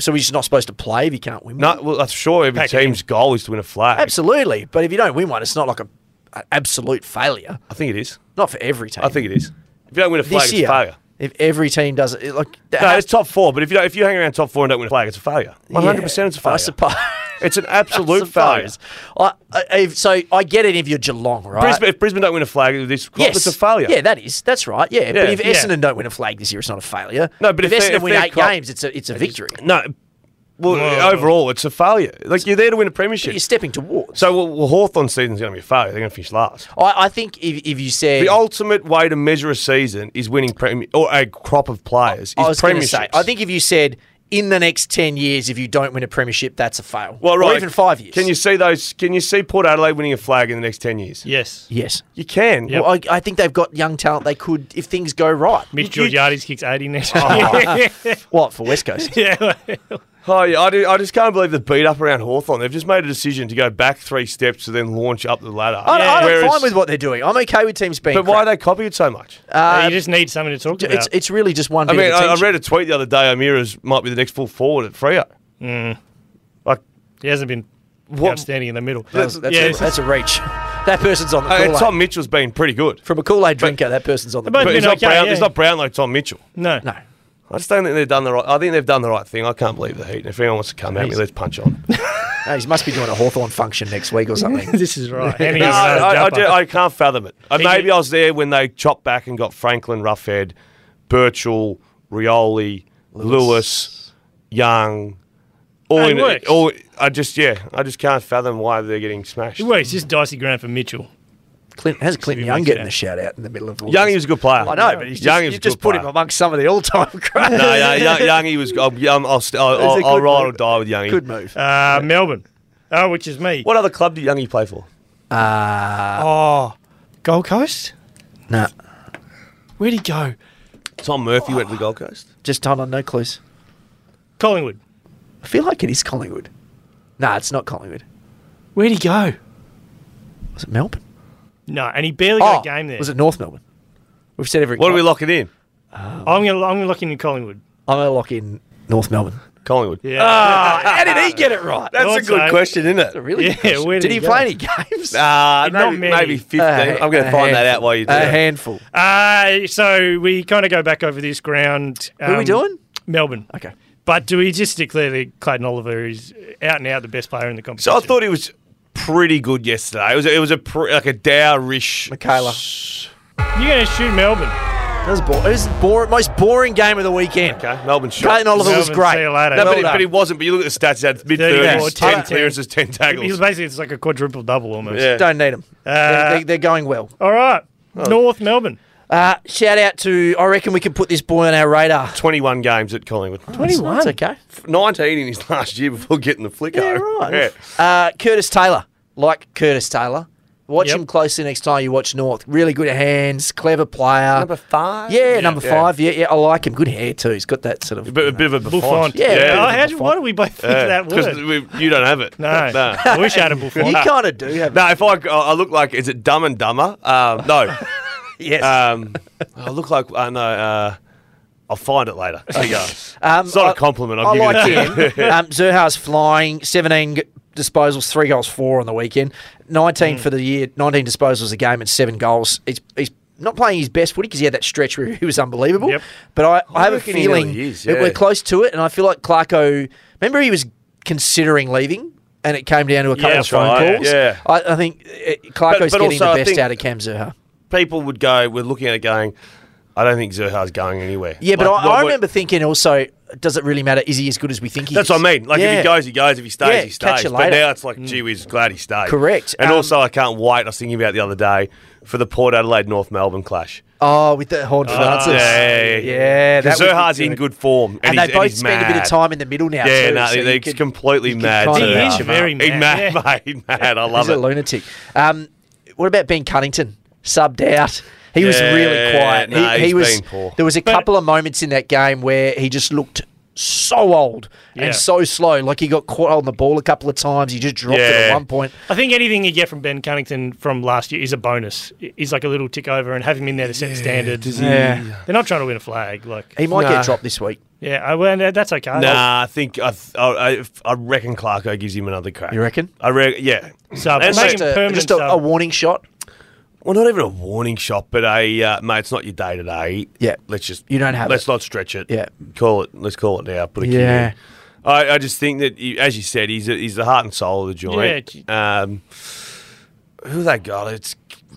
S2: so we're just not supposed to play if you can't win.
S3: No,
S2: one?
S3: well, I'm sure every
S1: Pack it
S3: team's goal is to win a flag.
S2: absolutely. But if you don't win one, it's not like a, an absolute failure.
S3: I think it is.
S2: Not for every team.
S3: I think it is. If you don't win a flag,
S2: this
S3: it's a
S2: year
S3: failure.
S2: If every team does it, like that
S3: No,
S2: has-
S3: it's top four. But if you don't, if you hang around top four and don't win a flag, it's a failure. One hundred percent, it's a
S2: I
S3: failure.
S2: suppose.
S3: It's an absolute failure.
S2: suppose. I, I, if- so I get it if you're Geelong, right?
S3: Brisbane, if Brisbane don't win a flag, this
S2: Yes.
S3: it's a failure.
S2: Yeah, that is. That's right. Yeah.
S3: Yeah.
S2: But if
S3: Yeah.
S2: Essendon don't win a flag this year, it's not a failure.
S3: No, but if
S2: Essendon
S3: they- if
S2: win
S3: they're
S2: eight
S3: crop-
S2: games, it's a it's a victory.
S3: No. Well,
S2: uh,
S1: Whoa.
S3: overall, it's a failure. Like you're there to win a premiership.
S2: You're stepping towards.
S3: So well, well, Hawthorne's season's going to be a failure. They're going to finish last.
S2: I, I think if, if you said
S3: The ultimate way to measure a season is winning premi- or a crop of players.
S2: I
S3: is
S2: was going to
S3: premierships.
S2: say, I think if you said in the next ten years, if you don't win a premiership, that's a fail.
S3: Well, right.
S2: Or even five years.
S3: Can you see those? Can you see Port Adelaide winning a flag in the next ten years?
S1: Yes.
S2: Yes.
S3: You can.
S1: Yep.
S2: Well, I, I think they've got young talent. They could, if things go right.
S1: Mitch
S3: You- Oh. you-
S1: Georgiades kicks 80 next year.
S2: What for West Coast?
S1: yeah.
S3: Oh, yeah, I, do, I just can't believe the beat up around Hawthorn. They've just made a decision to go back three steps to then launch up the ladder.
S2: I, I don't
S3: Whereas-
S2: fine with what they're doing. I'm okay with teams being.
S3: But why
S2: crap. Uh,
S3: they copy it so much?
S1: you just need something to talk about.
S2: It's it's really just one.
S3: I
S2: Bit
S3: mean,
S2: of
S3: I, I
S2: attention.
S3: read a tweet the other day. O'Meara's might be the next full forward at Freo.
S1: Mm.
S3: Like,
S1: he hasn't been
S3: What-
S1: outstanding in the middle.
S2: That was- That's,
S1: yeah,
S2: a, that's a reach. That person's on the eh?
S3: uh,
S2: Kool-Aid.
S3: Tom Mitchell's been pretty good,
S2: From a Kool-Aid drinker, that person's on the
S1: But-
S3: but
S2: Kool-Aid.
S1: been
S3: he's not
S1: okay,
S3: Brown.
S1: yeah.
S3: He's not Brown like Tom Mitchell.
S1: no.
S2: No.
S3: I just don't think they've done the right. I think they've done the right thing. I can't believe the Heat. And if anyone wants to come at me, let's punch on.
S2: no, he must be doing a Hawthorn function next week or something.
S1: This is right. Handing
S3: No,
S1: us another
S3: I, I,
S1: jumper.
S3: do- I can't fathom it. Uh,
S1: He
S3: maybe
S1: did-
S3: I was there when they chopped back and got Franklin Roughhead, Birchall, Rioli, Lewis, Young. All
S1: it
S3: in
S1: works.
S3: all. I just yeah. I just can't fathom why they're getting smashed.
S1: It works. Just dicey ground for Mitchell.
S2: Clint, how's Clinton Young getting the shout out in the middle of all
S3: Young, he
S2: this?
S3: was a good player.
S2: I know, but he's just,
S3: Young, he was
S2: you
S3: a
S2: just
S3: good
S2: put
S3: player.
S2: him amongst some of the all-time greats.
S3: No, yeah, young, young, he was. I'm, I'm, I'll, st- I'll,
S2: It's a
S3: I'll, I'll
S2: good
S3: ride or
S2: move.
S3: die with Youngie.
S2: Good move.
S1: Uh, Melbourne. Oh, which is me.
S3: What other club did Youngie play for?
S1: Oh, Gold Coast?
S2: nah,
S1: Where'd he go?
S3: Tom Murphy went to the Gold Coast.
S2: just hold on, no clues.
S1: Collingwood.
S2: I feel like it is Collingwood. Nah, it's not Collingwood.
S1: Where'd he go?
S2: Was it Melbourne? Oh,
S1: No, and he barely
S3: Oh,
S1: got a game there.
S2: was it North Melbourne? We've said every.
S3: What are we locking in?
S1: I'm going to I'm gonna lock in Collingwood.
S2: I'm gonna lock in North Melbourne.
S3: Collingwood.
S1: Yeah.
S2: How did he get it right?
S3: Ah, That's
S1: Thought
S3: a good
S1: Uh, so.
S3: question, isn't it?
S2: really
S1: Yeah,
S2: good question.
S1: where did
S2: did
S1: he
S2: he
S1: go?
S2: play any games?
S3: Uh,
S1: Not
S3: maybe,
S1: many.
S3: maybe 15.
S2: A-
S3: I'm going
S2: a
S3: to find that
S2: handful.
S3: out while you do
S2: A
S3: that.
S2: handful.
S1: Uh, so we kind of go back over this ground.
S2: Who are we
S1: um,
S2: doing?
S1: Melbourne.
S2: Okay.
S1: But do we just declare that Clayton Oliver is out and out the best player in the competition?
S3: So I thought he was pretty good yesterday. It was a, it was a pr- like a dourish.
S2: Michaela.
S1: You're going to shoot Melbourne.
S2: That was, bo- it was the bor- most boring game of the weekend.
S3: Okay, Melbourne shot.
S2: Clayton Oliver was
S1: Melbourne,
S2: great.
S1: see you later.
S2: Well
S3: No, but, he,
S2: done.
S3: but he wasn't. But you look at the stats. He had mid
S1: 34,
S3: 30s, 10
S1: 10.
S3: clearances, 10
S1: He was
S3: tackles.
S1: basically it's like a quadruple double almost.
S3: Yeah. Oh.
S2: Don't need them.
S1: Uh,
S2: they're, they're- they're going well.
S1: All right. North Melbourne.
S2: Uh, shout out to, I reckon we can put this boy on our radar.
S3: 21 games at Collingwood.
S2: 21. That's okay.
S3: 19 in his last year before getting the flicker.
S2: Yeah, right. Uh, Curtis Taylor. Like Curtis Taylor. Watch
S1: Yep.
S2: him closely next time you watch North. Really good hands, clever player.
S3: Number five?
S2: Yeah, number
S3: Yeah.
S2: five. Yeah, yeah, I like him. Good hair too. He's got that sort of.
S3: A bit, a bit of a
S1: Buffon.
S3: Buffon.
S2: Yeah,
S1: Oh,
S2: yeah.
S1: how do, why do we both think that
S3: Because
S1: word?
S3: we- you don't have it.
S1: No.
S3: no.
S1: I wish I had a Buffon.
S2: you kind of do have.
S3: No, if I, I look like, is it Dumb and Dumber? Um, no.
S2: Yes.
S3: Um, I look like, I know, uh, I'll find it later. There you go.
S2: Um,
S3: it's not
S2: a
S3: a compliment. I'll
S2: I
S3: give
S2: like
S3: you
S2: him. um, Zerha's flying. 17 g- disposals, three goals, four on the weekend. 19
S3: Mm.
S2: for the year, 19 disposals a game and seven goals. He's, he's not playing his best footy because he had that stretch where he was unbelievable.
S1: Yep.
S2: But I, I, have a
S3: reckon he
S2: feeling
S3: really is,
S2: that we're
S3: yeah.
S2: close to it. And I feel like Clarko, remember he was considering leaving? And it came down to a couple
S1: Yeah,
S2: of phone
S3: that's right,
S2: calls.
S3: yeah.
S2: I, I think uh, Clarko's
S3: but
S2: getting
S3: also I
S2: the best
S3: think-
S2: out of Cam Zerha.
S3: People would go, we're looking at it going, I don't think Zerha's going anywhere.
S2: Yeah, but
S3: Like,
S2: I,
S3: what-
S2: I
S3: what-
S2: remember thinking also, does it really matter? Is he as good as we think he is?
S3: That's what I mean. Like, if
S2: Yeah.
S3: he goes, he goes. If he stays,
S2: Yeah,
S3: he
S2: catch
S3: stays.
S2: you
S3: But
S2: later. Mm.
S3: now it's like, gee whiz, glad he stayed.
S2: Correct.
S3: And
S2: Um,
S3: also, I can't wait. I was thinking about the other day for the Port Adelaide North Melbourne clash.
S2: Oh, with the Horn Francis.
S3: yeah, yeah, yeah.
S2: Yeah, that
S3: Because
S2: would be
S3: Zerha's in good form.
S2: And,
S3: he's-
S2: they both
S3: he's
S2: spend a bit
S3: mad.
S2: of time in the middle now.
S3: Yeah,
S2: too,
S3: no,
S2: so you
S3: he's
S2: could-
S3: completely
S2: you could
S3: mad.
S2: kinda
S1: He
S3: Zerha.
S1: is
S2: match him
S1: very
S2: up.
S1: mad.
S3: He's mad, mate. He's mad. I love
S2: He's a
S3: it.
S2: lunatic. Um, what about Ben Cunnington? Subbed out. He was
S3: Yeah,
S2: really quiet.
S3: no,
S2: he, he
S3: he's
S2: was.
S3: been poor.
S2: There was a couple of moments in that game where he just looked so old
S1: Yeah.
S2: and so slow. Like he got caught on the ball a couple of times. He just dropped it at
S3: Yeah.
S2: one point.
S1: I think anything you get from Ben Cunnington from last year is a bonus. Is like a little tick over and have him in there to set standards.
S2: Yeah.
S1: They're not trying to win a flag. Like,
S2: He might
S3: Nah.
S2: get dropped this week.
S1: yeah, I, well, no, that's okay.
S3: Nah, I think I, th- I, I I reckon Clarko gives him another crack.
S2: You reckon?
S3: I reckon, yeah.
S1: Sub.
S3: And
S1: Make
S3: so-
S1: him
S2: Just a,
S1: permanent
S2: just a,
S1: sub.
S2: a warning shot.
S3: well, not even a warning shot, but a uh, mate. It's not your day today.
S2: Yeah.
S3: let's just
S2: You don't have
S3: Let's
S2: it.
S3: not stretch it.
S2: Yeah.
S3: call it. Let's call it now. Put a key
S2: Yeah.
S3: in. I, I just think that, he, as you said, he's a, he's the heart and soul of the joint. Um, who they got? It's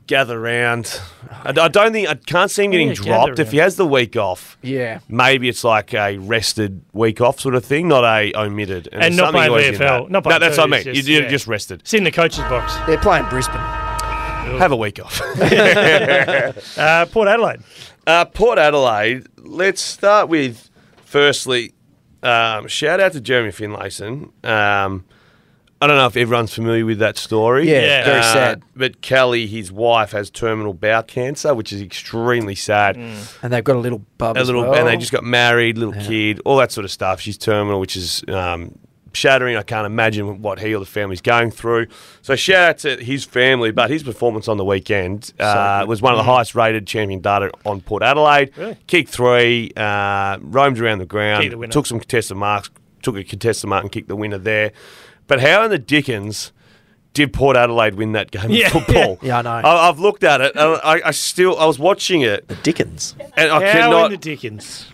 S3: gather round. I, I don't think I can't see him getting
S1: Yeah, Gather
S3: dropped if he has the week off.
S2: Yeah.
S3: Maybe it's like a rested week off sort of thing, not a omitted.
S1: And
S3: there's
S1: not
S3: something
S1: playing
S3: always in
S1: VFL,
S3: that.
S1: not
S3: no,
S1: playing
S3: that's what I
S1: thirties,
S3: mean.
S1: just-
S3: you, are
S1: yeah.
S3: just rested.
S1: It's in the coach's box.
S2: They're playing Brisbane.
S3: Have a week off.
S1: Uh, Port Adelaide.
S3: Uh, Port Adelaide, let's start with firstly, um, shout out to Jeremy Finlayson. Um, I don't know if everyone's familiar with that story.
S2: Yeah,
S1: Yeah.
S2: very
S3: Uh,
S2: sad.
S3: But Kelly, his wife, has terminal bowel cancer, which is extremely sad.
S2: And they've got a little bub.
S3: A
S2: as
S3: little,
S2: well.
S3: and they just got married, little kid, all that sort of stuff. She's terminal, which is um, shattering. I can't imagine what he or the family's going through. So shout out to his family, but his performance on the weekend uh, was one of the highest rated champion data on Port Adelaide.
S1: Mm-hmm. Really?
S3: Kicked three, uh, roamed around the ground,
S1: Kicked the winner.
S3: took some contested marks, took a contested mark and kicked the winner there. But how in the dickens? Did Port Adelaide win that game
S1: Yeah.
S3: of football?
S2: Yeah, I know.
S3: I, I've looked at it. And I, I still, I was watching it,
S2: the Dickens.
S3: and I
S1: How
S3: cannot.
S1: in the Dickens?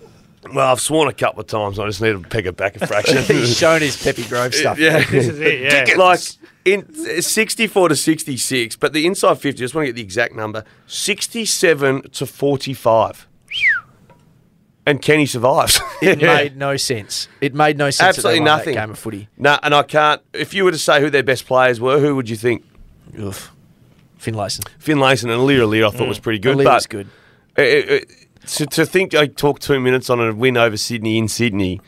S3: Well, I've sworn a couple of times. I just need to pick it back a fraction.
S2: He's shown his Peppy Grove stuff.
S1: This
S3: yeah.
S1: is it, yeah.
S3: Like in 64 to 66, but the inside 50, I just want to get the exact number 67 to 45. And Kenny survives.
S2: It made no sense. It made no sense.
S3: Absolutely
S2: that they won
S3: nothing.
S2: That game of footy.
S3: No, and I can't. If you were to say who their best players were, who would you think?
S2: Oof. Finlayson.
S3: Finlayson and Leary, I thought was pretty Mm. good.
S2: Good,
S3: but
S2: good.
S3: it- it- it- to, to think I talked two minutes on a win over Sydney in Sydney,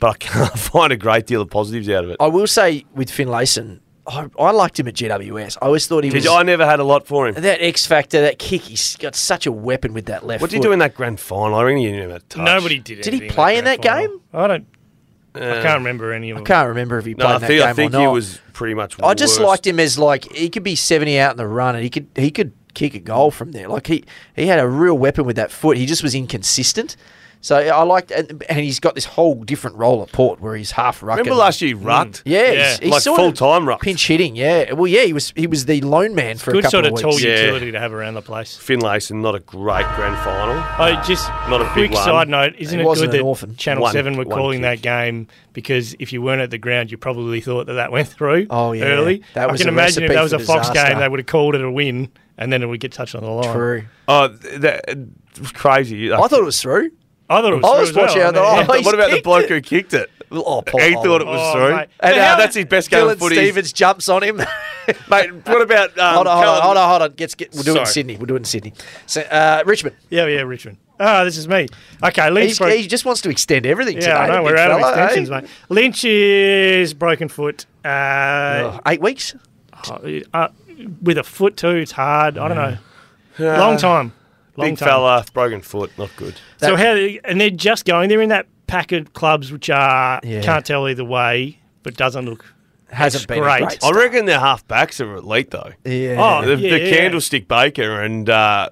S3: but I can't find a great deal of positives out of it.
S2: I will say with Finlayson, I, I liked him at GWS. I always thought he
S3: Did
S2: was
S3: you- I never had a lot for him.
S2: that X factor, that kick. He's got such a weapon with that left.
S3: What did you
S2: foot.
S3: do in that grand final? I really didn't even touch.
S1: Nobody did.
S2: Did he
S1: anything in
S2: play in
S1: grand
S2: that
S1: final. I don't. I can't remember any of them.
S2: Can't remember if he
S3: No,
S2: played
S3: I
S2: in that
S3: think,
S2: game
S3: I think
S2: or not.
S3: he was pretty much.
S2: I just
S3: worst.
S2: liked him as like he could be seventy out in the run, and he could he could kick a goal from there. Like he he had a real weapon with that foot. He just was inconsistent. So I liked, and, and he's got this whole different role at Port where he's half rucking.
S3: Remember last year, he rucked.
S2: mm. Yeah,
S1: Yeah.
S2: he's, he's
S3: Like
S2: sort of
S3: full-time ruck.
S2: pinch hitting. Yeah, well, yeah, he was he was the lone man for a
S1: Good
S2: couple
S1: sort of
S2: of
S1: tall
S2: weeks.
S3: you- Yeah.
S1: utility to have around the place.
S3: Finlayson, not a great grand final.
S1: Oh, just
S3: Not a
S1: quick
S3: big one.
S1: side note. Isn't
S2: He
S1: it
S2: wasn't
S1: good that
S2: an orphan.
S1: Channel
S3: One-
S1: Seven were
S3: one
S1: calling
S3: kick.
S1: that game because if you weren't at the ground, you probably thought that that went through.
S2: Oh, yeah.
S1: early.
S2: That
S1: I
S2: was
S1: can
S2: a
S1: imagine if
S2: recipe
S1: that was
S2: for
S1: a Fox
S2: disaster.
S1: game, they would have called it a win, and then it would get touched on the line.
S2: True.
S3: Oh, that it was crazy.
S2: I thought it was through.
S1: I thought it was.
S2: I
S1: through
S2: was
S1: as well.
S2: watching,
S1: I
S2: I
S1: mean,
S2: thought,
S1: yeah.
S2: oh, he's
S3: what about the
S2: kicked
S3: bloke
S2: it.
S3: who kicked it?
S2: Oh, Paul
S3: He thought
S2: Holland.
S3: it was
S1: Oh,
S3: through.
S1: mate.
S3: And
S1: But
S3: uh,
S1: how-
S3: that's his best game
S2: Dylan
S3: of footy.
S2: Stevens jumps on him.
S3: Mate, what about um,
S2: hold on, hold on,
S3: Callum-
S2: hold on, hold on. Gets, get, we'll do it in
S3: Sorry.
S2: Sydney. We'll do it in Sydney. So, uh, Richmond.
S1: Yeah, yeah, Richmond. Ah, this is me. Okay, Lynch.
S2: He's,
S1: broke-
S2: he just wants to extend everything
S1: yeah,
S2: today.
S1: I know.
S2: the
S1: We're
S2: big
S1: out of
S2: fella, eh?
S1: extensions, mate. Lynch is broken foot. Uh,
S2: Oh, eight weeks.
S1: uh, with a foot too, it's hard. I don't know. Long time. Long
S3: Big
S1: time.
S3: fella, broken foot, not good.
S1: So how? And they're just going. They're in that pack of clubs which are
S2: Yeah.
S1: can't tell either way, but doesn't look.
S2: Hasn't been a
S1: great.
S2: great.
S3: I reckon their half backs are elite though.
S2: Yeah.
S1: Oh,
S3: The,
S1: yeah,
S3: the
S1: yeah.
S3: candlestick baker and uh,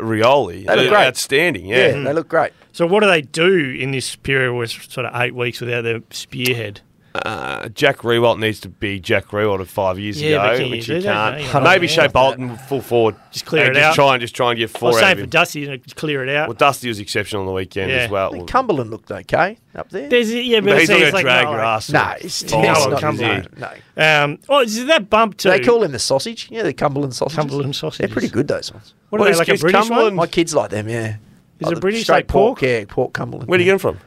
S2: They look
S3: Rioli, they're
S2: great.
S3: outstanding.
S2: yeah, Mm.
S3: Yeah,
S2: they look great.
S1: So what do they do in this period? Was sort of eight weeks without their spearhead.
S3: Uh, Jack Rewalt needs to be Jack Rewalt of five years
S1: Yeah, but
S3: ago,
S1: can you
S3: which
S1: do
S3: he
S1: that?
S3: can't.
S1: No, you can't.
S3: Maybe
S1: Yeah.
S3: Shea Bolton full forward.
S1: Just clear
S3: and
S1: it
S3: just
S1: out.
S3: Try and just try and get
S1: Well,
S3: four out
S1: same
S3: of
S1: for
S3: him.
S1: Dusty, you know, clear it out.
S3: well, Dusty was exceptional on the weekend
S1: Yeah.
S3: as well.
S2: I think Cumberland looked okay up there.
S1: There's yeah,
S3: but
S1: but it's
S3: he's not going
S1: it's
S3: to
S1: like
S3: drag
S1: no,
S3: your
S1: like-
S3: ass.
S2: no, it's,
S3: Oh,
S2: it's
S1: no,
S2: not
S1: Cumberland.
S2: No, no.
S1: Um, oh, is that bump too?
S2: Do they call them the sausage? Yeah, the Cumberland sausage.
S1: Cumberland sausages.
S2: They're pretty good those ones.
S1: what
S3: Well,
S1: are they
S3: it's-
S1: like a
S3: it's
S1: British
S3: Cumberland.
S1: one?
S2: My kids like them. Yeah.
S1: Is
S2: Like
S1: it
S2: the
S1: British,
S2: straight
S1: like pork?
S2: Yeah, pork Cumberland.
S3: Where do you
S2: yeah.
S3: get him from?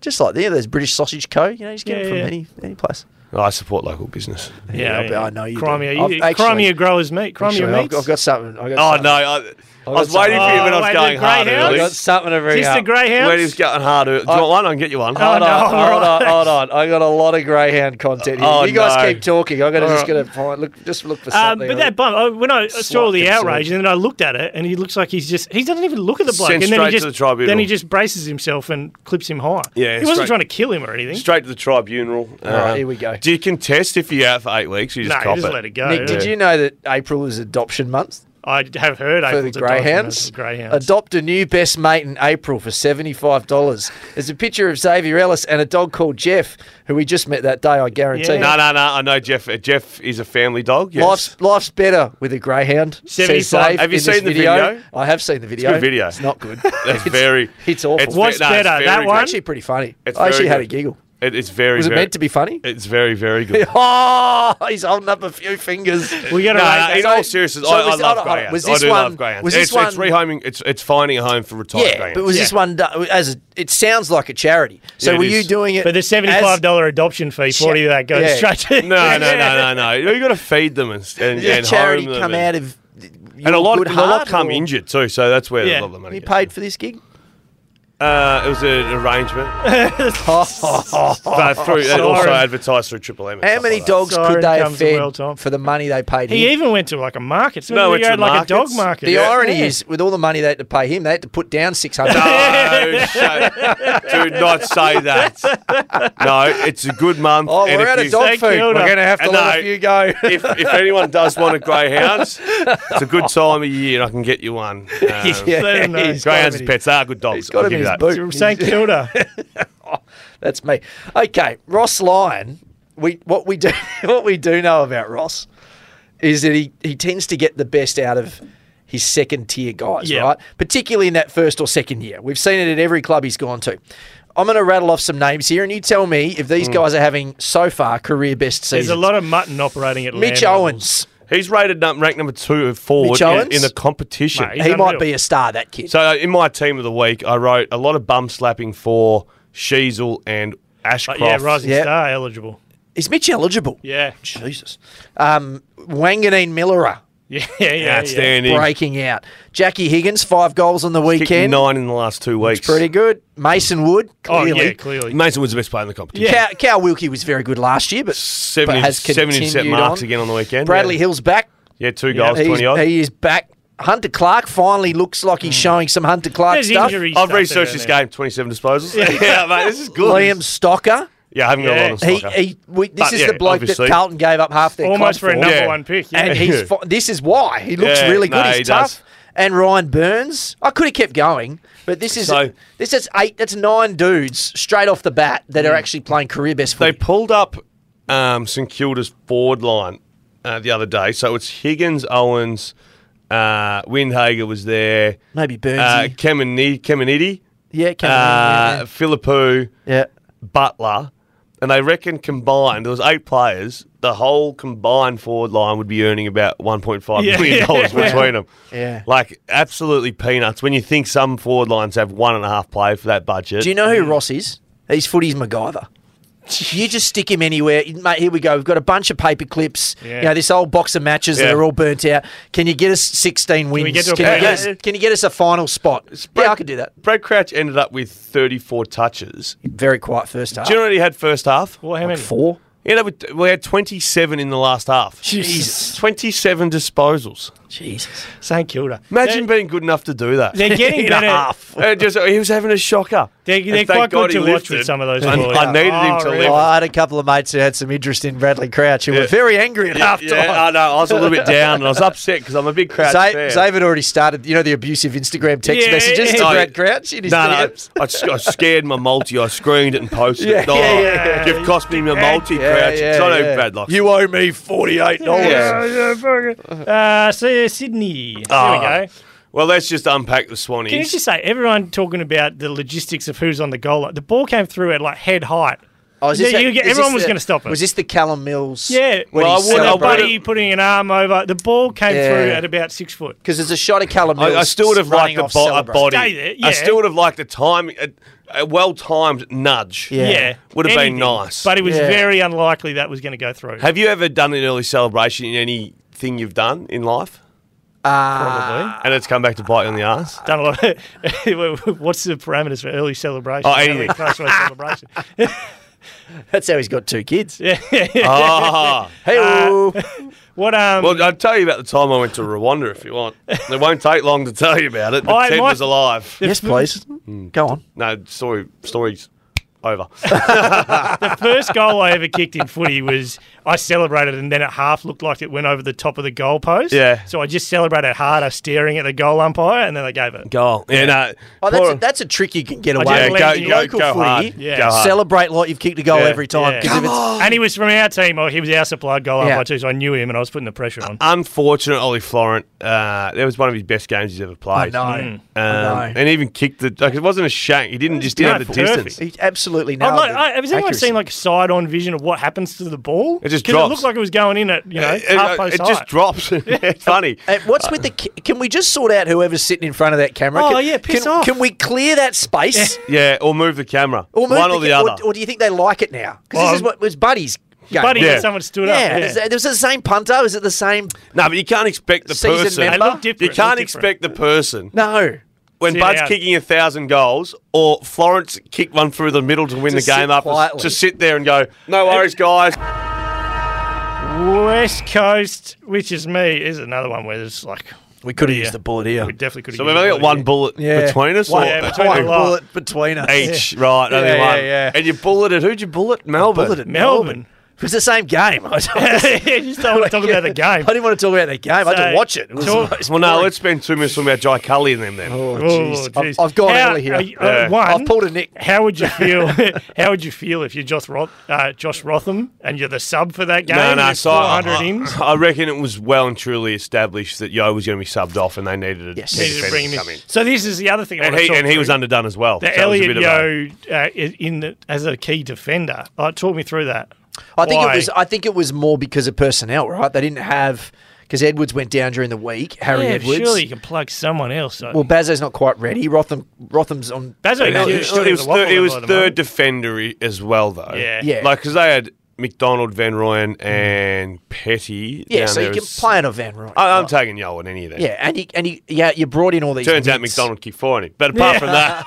S2: Just like there, there's British Sausage Co. You know, you just get
S1: Yeah,
S2: them from
S1: yeah.
S2: any any place.
S3: Oh, I support local business.
S2: Yeah, I- I know you do.
S1: Crimea,
S2: I've
S1: you,
S2: actually-
S1: Crimea growers meat. Crimea
S2: Actually, I've,
S1: meats.
S2: I've got something. I've
S3: Oh
S2: got
S3: no, I, I was
S2: got
S3: waiting for you when I
S1: Oh,
S3: was
S1: wait,
S3: going
S1: the
S3: hard
S1: greyhounds?
S3: early.
S1: I've
S2: I
S1: got
S2: got something to bring
S1: Is this the greyhounds?
S3: When he was going hard early. Do you want one? I can get you one.
S1: Oh,
S2: Hold
S1: no,
S2: on,
S1: all
S2: hold on,
S1: right.
S2: hold on. I got a lot of greyhound content here.
S3: Oh,
S2: you guys
S3: no.
S2: keep talking. I'm gonna just
S1: All
S2: gonna find look just look for
S1: Uh, Um,
S2: something.
S1: but that bump, I, when I saw the
S2: concern.
S1: outrage, and then I looked at it, and he looks like he's just—he doesn't even look at the bloke,
S3: Sent
S1: and then
S3: straight
S1: he
S3: to
S1: just
S3: the tribunal.
S1: then he just braces himself and clips him high.
S3: Yeah,
S1: he wasn't
S3: straight-
S1: trying to kill him or anything.
S3: Straight to the tribunal. All
S2: right, here we go.
S3: Do you contest if you're out for eight weeks? Or you
S1: no,
S3: just
S1: he
S3: cop
S1: just
S3: it.
S1: let it go.
S2: Nick, did
S3: Yeah.
S2: you know that April is adoption month?
S1: I have heard
S2: for
S1: April's
S2: the
S1: a dog, and
S2: greyhounds.
S1: it's Greyhounds.
S2: Adopt a new best mate in April for seventy-five dollars. There's a picture of Xavier Ellis and a dog called Jeff, who we just met that day. I guarantee.
S1: Yeah.
S2: you.
S1: No,
S3: No, no, no. I know Jeff. uh, Jeff is a family dog. Yes.
S2: Life's, life's better with a greyhound. says
S1: 75.
S2: Dave
S3: Have
S2: in
S3: you
S2: this
S3: seen the video?
S2: I have seen the video.
S3: good video.
S2: It's not good.
S3: That's
S2: it's,
S3: very-
S2: It's awful.
S3: it's
S2: It's,
S1: What's
S3: no, it's
S1: better,
S3: very
S1: that
S3: good.
S1: one?
S2: actually pretty funny.
S3: It's
S2: I actually
S3: very
S2: had a
S3: good.
S2: giggle.
S3: It, it's very.
S2: Was it
S3: very,
S2: meant to be funny?
S3: It's very, very good.
S2: Oh, he's holding up a few fingers.
S1: we got to rate
S3: No, no,
S1: that.
S3: in
S2: So-
S3: all seriousness,
S2: so was-
S3: I, I love
S2: hold on, hold on.
S3: greyhounds.
S2: Was
S3: I
S2: this
S3: do
S2: one-
S3: love greyhounds.
S2: was this
S3: it's, it's
S2: one-
S3: rehoming. It's it's finding a home for retired
S2: yeah,
S3: greyhounds.
S2: but was this
S1: Yeah.
S2: one done as a, it sounds like a charity? So
S3: Yeah, it
S2: were
S3: is.
S2: you doing it?
S1: But the
S2: as-
S1: seventy-five dollar adoption fee, forty of that goes
S2: Yeah.
S1: straight to
S3: no, no, no, no, no. You got to feed them and s- and,
S2: Did the
S3: and
S2: charity
S3: home them
S2: come
S3: and,
S2: out of your
S3: and a lot,
S2: good
S3: and a lot
S2: heart,
S3: come
S2: or
S3: injured too. So that's where
S1: Yeah.
S3: a lot of the money.
S2: You
S3: goes.
S2: paid for this gig?
S3: Uh, it was an arrangement. but through, and also
S1: Sorry.
S3: advertised through Triple M. and
S2: Oh, How
S3: stuff
S2: many
S3: like that.
S2: dogs
S1: Siren
S2: could they have
S1: comes the world,
S2: fed
S1: Tom.
S2: for the money they paid him?
S1: He even went to like a market. So
S3: No,
S1: no, he
S3: it's
S1: had
S3: the
S1: like a dog
S3: markets.
S1: market.
S2: The
S1: Yeah.
S2: irony is, with all the money they had to pay him, they had to put down six hundred. Oh,
S3: No, sh- do not say that. No, it's a good month.
S2: oh,
S3: and
S2: we're
S3: if
S2: out
S3: you-
S2: of dog
S1: Thank
S2: food.
S1: you,
S2: We're
S1: no.
S2: going to have to
S3: And
S2: let
S3: no.
S2: a few go.
S3: if, if anyone does want a greyhound, it's a good time of year, and I can get you one. Um,
S1: Let him know.
S2: he's got
S3: Greyhounds
S2: him
S3: as
S2: in
S3: pets are good dogs.
S2: He's got
S3: I'll
S2: him
S3: give
S2: in
S3: you
S2: his
S3: that.
S2: boot.
S1: It's from St Kilda.
S2: That's me. Okay, Ross Lyon. We what we do what we do know about Ross is that he he tends to get the best out of his second tier guys,
S1: Yeah.
S2: right? Particularly in that first or second year. We've seen it at every club he's gone to. I'm going to rattle off some names here, and you tell me if these guys are having so far career best seasons.
S1: Hmm. There's a lot of mutton operating at land
S2: Mitch
S1: levels.
S2: Owens,
S3: He's rated num- ranked number two forward
S2: Mitch
S3: in,
S2: Owens?
S3: in the competition.
S1: Mate.
S2: he might
S1: unreal.
S2: be a star. That kid.
S3: So uh, in my team of the week, I wrote a lot of bum slapping for Sheasel
S2: Uh,
S3: and
S1: But
S3: Ashcroft.
S1: yeah, rising
S2: Yeah.
S1: star eligible.
S2: is Mitch eligible?
S1: Yeah,
S2: Jesus. Um, Wanganeen Millerer
S1: yeah, yeah. yeah,
S3: outstanding.
S2: breaking out. Jackie Higgins five goals on the
S3: Kicked
S2: weekend.
S3: nine in the last two weeks.
S2: Pretty good. Mason Wood,
S1: Oh
S2: clearly.
S1: yeah, clearly.
S3: Mason was the best player in the competition.
S2: Cal, Cal Wilkie was very good last year, but,
S3: 70,
S2: but has
S3: 70
S2: continued
S3: set marks
S2: on.
S3: again on the weekend.
S2: Bradley
S3: yeah.
S2: Hill's back.
S3: Yeah, two goals,
S2: He's-
S3: 20 odd. Hmm.
S2: He is back. Hunter Clark finally looks like he's showing some Hunter Clark
S1: There's
S2: stuff.
S1: injury.
S3: I've
S1: stuff
S3: researched
S1: there,
S3: this
S1: there.
S3: game, 27 disposals. Yeah, mate, this is good.
S2: Liam Stocker.
S3: Yeah, I haven't got a lot of
S2: He,
S3: soccer.
S2: he, we, this
S3: But,
S2: is
S3: yeah,
S2: the bloke
S3: obviously.
S2: that Carlton gave up half their
S1: Almost
S2: club
S1: for a
S2: for.
S1: number
S3: Yeah.
S1: one pick. Yeah.
S2: and he's fi- this is why he looks
S3: Yeah,
S2: really good.
S3: no,
S2: he's
S3: he
S2: tough.
S3: does.
S2: And Ryan Burns, I could have kept going, but this is
S3: So-
S2: this is eight. That's nine dudes straight off the bat that are actually playing career best.
S3: Hmm. They
S2: footy.
S3: pulled up um, St Kilda's forward line uh, the other day. So it's Higgins, Owens, uh, Windhager was there.
S2: Maybe
S3: Uh,
S2: Burnsy.
S3: Kemeni- Kemenidi,
S2: yeah, Cameron, yeah,
S3: uh, Philippou,
S2: yeah.
S3: Butler. And they reckon combined, there was eight players, the whole combined forward line would be earning about $1.5
S1: Yeah.
S3: million dollars between them.
S2: Yeah.
S3: Like, absolutely peanuts. When you think some forward lines have one and a half player for that budget.
S2: Do you know who Ross is? He's footy's MacGyver. You just stick him anywhere, mate. Here we go. We've got a bunch of paper clips.
S1: Yeah.
S2: You know this old box of matches
S3: Yeah.
S2: that are all burnt out. Can you get us sixteen wins?
S1: get to a
S2: you,
S1: playoff?
S2: get us, can you get us a final spot? Yeah, I could do that.
S3: Brad Crouch ended up with 34 touches.
S2: Very quiet first half.
S3: Do you know what he had first half?
S1: Well, how many?
S2: Four.
S3: He ended up with, we had 27 in the last half.
S2: Jesus.
S3: 27 disposals.
S2: Jesus.
S1: St Kilda.
S3: Imagine
S1: They're-
S3: being good enough to do that.
S1: They're getting
S2: In a
S1: better.
S2: half.
S3: Uh, just, he was having a shocker.
S1: They're-
S3: And
S1: they're
S3: thank
S1: quite
S3: God
S1: good
S3: he
S1: to watch
S3: lifted.
S1: with some of those
S3: I,
S1: boys.
S3: I needed him
S1: Oh,
S3: to
S1: really?
S3: lift.
S2: Well, I had a couple of mates who had some interest in Bradley Crouch who
S3: Yeah.
S2: were very angry at half
S3: Yeah,
S2: time.
S3: I know. I was a little bit down and I was upset because I'm a big Crouch fan.
S2: Zave had already started, you know, the abusive Instagram text
S1: Yeah,
S2: messages to
S1: yeah.
S2: Brad Crouch in his
S3: no, no,
S2: DMs.
S3: I, s- I scared my multi. I screened it and posted
S2: Yeah,
S3: it. Oh,
S2: yeah,
S1: yeah.
S3: You've cost me my multi, Crouch. it's not yeah. bad luck.
S2: You owe me $48.
S1: Yeah, yeah, fuck it. Uh, so, uh, Sydney. There
S2: Ah,
S3: Oh.
S1: we go.
S3: well, let's just unpack the Swannies.
S1: Can you just say everyone talking about the logistics of who's on the goal line? The ball came through at like head height.
S2: Oh, is this
S1: Yeah,
S2: the-
S1: you get-
S2: is this
S1: everyone was
S2: the-
S1: going to stop it.
S2: Was this the Callum Mills?
S1: yeah,
S2: when he
S3: Well,
S1: With
S3: I would've- I
S1: a
S3: would've-
S2: celebrated?
S1: buddy putting an arm over. The ball came
S2: Yeah.
S1: through at about six foot.
S2: Because there's a shot of Callum Mills.
S3: I, I still would have
S2: running
S3: liked the
S2: off
S3: bo- a
S2: celebrating.
S3: body.
S1: Stay there, yeah.
S3: I still would have liked the time, a, a well-timed nudge.
S2: Yeah.
S1: Yeah,
S3: Would have been
S1: anything.
S3: nice.
S1: but it was
S2: Yeah.
S1: very unlikely that was going to go through.
S3: have you ever done an early celebration in anything you've done in life,
S2: Uh,
S1: Probably
S3: and it's come back to bite you on the ass?
S1: done a lot. What's the parameters for early celebration?
S3: Oh,
S1: How
S3: anything.
S1: many close to a celebration.
S2: that's how he's got two kids. Yeah.
S3: Ah.
S2: Hey,
S1: What um?
S3: Well, I'll tell you about the time I went to Rwanda if you want. It won't take long to tell you about it.
S1: I
S3: Ted
S1: might-
S3: was alive.
S2: yes, please. Go on.
S3: No story stories. Over.
S1: The first goal I ever kicked in footy was I celebrated, and then at half looked like it went over the top of the goalpost.
S3: Yeah.
S1: So I just celebrated harder, staring at the goal umpire, and then they gave it.
S3: Goal. Yeah, no.
S2: Oh, that's a,
S3: poor-
S2: that's a trick you can get away
S1: Yeah,
S2: with.
S1: go-
S2: in
S1: go-
S2: local
S3: go
S2: footy,
S3: hard.
S1: Yeah. Go
S3: hard.
S2: celebrate like you've kicked a goal
S3: Yeah.
S2: every time.
S1: Yeah.
S2: 'cause if it's-
S1: And he was from our team. Oh, he was our supply goal
S2: Yeah. Uh,
S1: umpire too, so I knew him, and I was putting the pressure on.
S3: Unfortunate Ollie Florent. Uh, that was one of his best games he's ever
S2: I
S3: played.
S2: know.
S1: Mm.
S2: I
S3: Um,
S2: know.
S3: and even kicked the like it wasn't a shank. He didn't just didn't have the
S1: beautiful.
S3: distance.
S2: He absolutely
S1: I'm
S2: nailed
S1: like,
S2: it.
S1: I, has anyone
S2: uh, Accuracy.
S1: seen like side-on vision of what happens to the ball?
S3: It just
S1: 'Cause
S3: drops.
S1: It looked like it was going in at you know
S3: it,
S1: half
S3: it-
S1: post
S3: it just drops. it's funny.
S2: Uh, what's with the? ca- Can we just sort out whoever's sitting in front of that camera?
S1: Oh,
S2: can,
S1: yeah, piss
S2: can,
S1: off.
S2: Can we clear that space?
S3: Yeah, or move the camera.
S2: Or move
S3: one or the
S2: ca-
S3: other.
S2: Or, do you think they like it now? Because
S1: Well,
S2: this is what was Buddy's game.
S1: Buddy,
S3: Yeah.
S1: someone stood up.
S2: yeah, Is that- was it the same punter? Was it the same?
S3: no, but you can't expect the
S2: Seasoned
S3: person.
S2: member?
S1: They look different,
S3: You
S1: look
S3: can't
S1: different.
S3: expect the person
S2: No.
S3: when
S1: Sit
S3: Bud's
S1: out.
S3: kicking a thousand goals or Florence kicked one through the middle to win
S2: Just
S3: the game
S2: sit
S3: up.
S2: quietly.
S3: Just sit there and go, no worries, guys.
S1: West Coast, which is me, is another one where it's like
S2: We could have
S1: Yeah.
S2: used the bullet here.
S1: we definitely could.
S3: So we've only got one bullet between us.
S2: One,
S3: or-
S1: Yeah, between
S2: one
S1: us.
S2: bullet between us.
S3: each, right? Only
S2: Yeah,
S3: one.
S2: yeah, yeah.
S3: And you bulleted. Who'd you bullet? Melbourne.
S2: Bullet at
S1: Melbourne.
S2: It was the same game. I
S1: Yeah,
S2: don't-
S1: just don't want to talk about the
S2: I
S1: game.
S2: didn't want to talk about that game. I had to
S1: So- Oh,
S2: watch it. It was
S1: Sure.
S2: the most
S3: Well, no,
S2: boring-
S3: let's spend two minutes talking about Jai Cully and them then.
S2: Oh,
S1: Oh,
S2: jeez. I've,
S1: jeez.
S2: I've gone
S1: How-
S2: early here.
S1: are you- uh,
S3: Yeah.
S1: one,
S2: I've pulled a Nick.
S1: How would you feel? how would you feel if you're Josh, Roth, uh, Josh Rotham and you're the sub for that game?
S3: No, no,
S1: There's
S3: so I,
S1: 400 ins.
S3: I- I reckon it was well and truly established that Yo was going to be subbed off and they needed a
S2: Yes.
S3: defender
S1: Needed to bring him
S3: to
S1: in.
S3: come in.
S1: So this is the other thing. I
S3: And
S1: want to
S3: he,
S1: talk
S3: and he
S1: through.
S3: was underdone as well.
S1: the
S3: so it was a
S1: Elliot
S3: bit of a-
S1: Yo uh, is in the, as a key defender. Oh, talk me through that.
S2: I think
S1: Why?
S2: it was. I think it was more because of personnel, right? They didn't have because Edwards went down during the week. Harry
S1: yeah,
S2: Edwards.
S1: Surely you can plug someone else. though.
S2: Well, Bazo's not quite ready. Rotham. Rotham's on.
S1: That's what
S3: It
S1: he
S3: was, it was, third, it was third defender i- as well, though.
S1: Yeah. Mm.
S2: Yeah.
S3: Like, because they had McDonald, Van Rooyen, and Petty.
S2: Yeah,
S3: down
S2: so you
S3: there
S2: can
S3: as-
S2: play it on Van Rooyen.
S3: I, I'm taking Yo on any of them.
S2: yeah, and you and you yeah you brought in all these.
S3: Turns out
S2: mids.
S3: McDonald kicked four in it. But apart from that,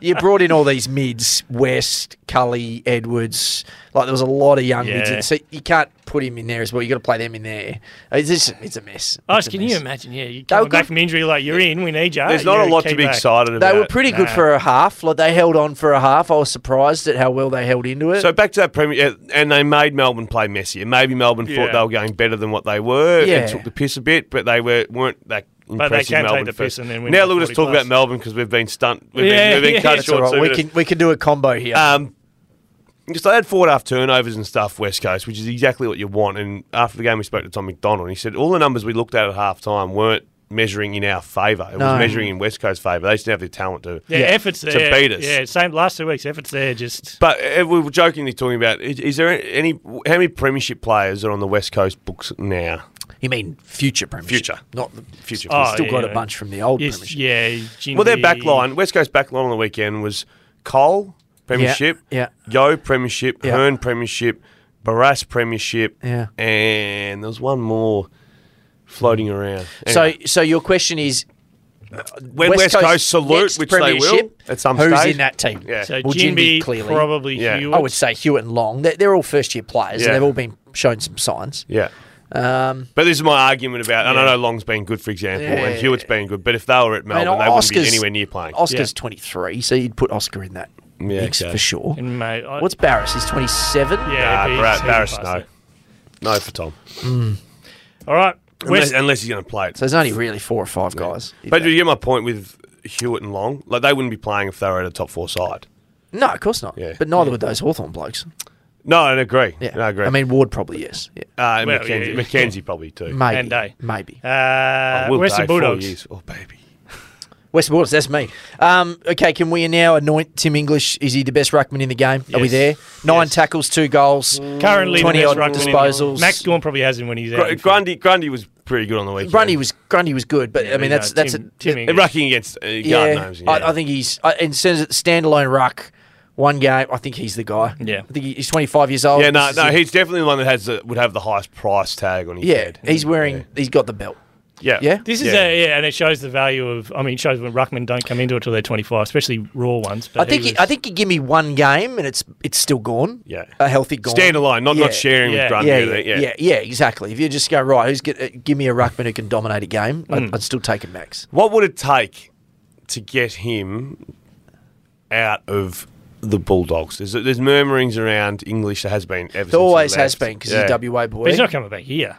S2: You brought in all these mids: West, Cully, Edwards. Like there was a lot of young mids,
S1: Yeah.
S2: in, so you can't put him in there as well. You got to play them in there. Uh, It's just, it's a mess.
S1: Oh,
S2: It's a
S1: can
S2: mess.
S1: you imagine? Yeah, you
S2: They were
S1: come back
S2: good-
S1: from injury like you're in. We need you.
S3: there's not
S1: You're
S3: a lot
S1: key
S3: to be
S1: back.
S3: excited about.
S2: They were pretty good
S1: Nah.
S2: for a half. Like they held on for a half. I was surprised at how well they held into it.
S3: So back to that Premier, yeah, and they made Melbourne play messier. Maybe Melbourne
S1: Yeah.
S3: thought they were going better than what they were
S2: Yeah.
S3: and took the piss a bit, but they were weren't that.
S1: they
S3: Impressive
S1: can take
S3: Melbourne
S1: the
S3: first.
S1: piss and then win
S3: now
S1: by
S3: look, let's
S1: 40
S3: talk
S1: plus.
S3: about Melbourne because we've been stunt, we've
S1: Yeah,
S3: been, we've been
S1: yeah.
S3: cut
S1: That's
S2: It's all
S3: short.
S2: right.
S3: so
S2: We can we can do a combo here.
S3: um, because they had four and a half turnovers and stuff, West Coast, which is exactly what you want. And after the game, we spoke to Tom McDonald, and he said all the numbers we looked at at half time weren't measuring in our favour. It
S2: No.
S3: was measuring in West Coast's favour. They just didn't have the talent to
S1: Yeah,
S2: Yeah.
S1: efforts
S3: To
S1: there.
S3: beat us.
S1: Yeah, same last two weeks. Efforts there. Just
S3: But uh, we were jokingly talking about is, is there any how many premiership players are on the West Coast books now?
S2: you mean future premiership?
S3: Future.
S2: not the
S3: Future.
S1: Oh,
S2: Still got a
S1: yeah.
S2: bunch from the old
S1: yes,
S2: premiership.
S1: yeah. Jimmy,
S3: well, their back line, West Coast back line on the weekend was Cole premiership,
S2: yeah.
S3: Yo premiership,
S2: Yeah.
S3: Hearn premiership, Barras premiership,
S2: Yeah.
S3: and there was one more floating around.
S2: So
S3: Anyway,
S2: so your question is
S3: when West, Coast, salute,
S2: next
S3: which they will
S2: premiership,
S3: at some
S2: who's
S3: stage.
S2: in that team?
S3: Yeah.
S1: So
S2: Well,
S1: Jimby,
S2: Jimby, clearly.
S1: probably
S3: Yeah.
S1: Hewitt.
S2: I would say Hewitt and Long. They're, they're all first year players,
S3: Yeah.
S2: and they've all been shown some signs.
S3: Yeah.
S2: Um,
S3: But this is my argument about, and I know Long's been good, for example, and
S2: Yeah.
S3: Hewitt's been good. But if they were
S2: I
S3: at
S2: mean,
S3: Melbourne, they wouldn't
S2: Oscar's-
S3: be anywhere near playing.
S2: Oscar's 23, so you'd put Oscar in that
S3: Yeah,
S2: mix
S3: okay.
S2: for sure.
S1: And mate, I,
S2: What's Barris? He's 27.
S1: yeah?
S3: nah,
S1: he's-
S3: Barra-
S1: he's
S3: Barras,
S1: past
S3: no.
S1: it.
S3: No for Tom.
S1: All right.
S3: Unless,
S1: West,
S3: unless he's going to play it.
S2: So there's only really four or five guys.
S3: but do you get my point with Hewitt and Long? Like they wouldn't be playing if they were at a top four side.
S2: no, of course not.
S3: Yeah.
S2: But neither would those Hawthorn blokes.
S3: No, I agree.
S2: Yeah,
S3: No, I agree.
S2: I mean, Ward probably yes. Yeah.
S3: uh, and
S1: Well,
S3: Mackenzie,
S1: yeah, yeah.
S3: Mackenzie probably too.
S2: Maybe.
S1: And they.
S2: Maybe.
S1: uh,
S3: Will
S1: Western
S3: Day, four
S1: Bulldogs.
S3: years. Oh baby.
S2: West Bulldogs, that's me. Um, okay, can we now anoint Tim English? Is he the best ruckman in the game? Are we
S1: Yes.
S2: there? Nine
S1: Yes. Mm.
S2: tackles, two goals.
S1: Currently,
S2: 20
S1: the
S2: odd
S1: best ruckman in the-
S2: disposals.
S1: Max Gorn probably has him when he's out.
S3: Gr- Grundy Grundy was pretty good on the weekend.
S2: Grundy was Grundy was good, but I
S1: but
S2: mean that's
S1: no,
S2: that's
S1: Tim-
S2: a,
S1: Tim
S3: Uh,
S1: English.
S3: rucking against uh,
S2: yeah.
S3: guard names. Yeah.
S2: I, I think he's I, in terms of standalone ruck, one game. I think he's the guy.
S1: Yeah.
S2: I think he- he's 25 years old.
S3: yeah, no,
S2: This is
S3: no,
S2: it.
S3: he's definitely the one that has the, would have the highest price tag on his
S2: yeah,
S3: head.
S2: he's wearing. He's got the belt.
S3: yeah,
S2: Yeah?
S1: This is
S3: Yeah.
S1: a yeah, and it shows the value of. I mean, it shows when ruckmen don't come into it till they're twenty five, especially raw ones. But
S2: I think.
S1: he
S2: He
S1: was-
S2: I think you give me one game and it's it's still gone.
S3: Yeah.
S2: a healthy gone.
S3: standalone, not
S2: Yeah.
S3: not sharing
S1: Yeah.
S3: with Grundy.
S2: Yeah,
S3: I
S2: yeah,
S3: think,
S2: yeah, yeah, exactly. If you just go right, who's get, uh, give me a ruckman who can dominate a game? I'd, I'd still take a max.
S3: What would it take to get him out of the Bulldogs. There's, there's murmurings around English. There has been ever since
S2: There always
S3: he left.
S2: has been because
S3: Yeah.
S2: he's a WA boy.
S1: But he's not coming back here.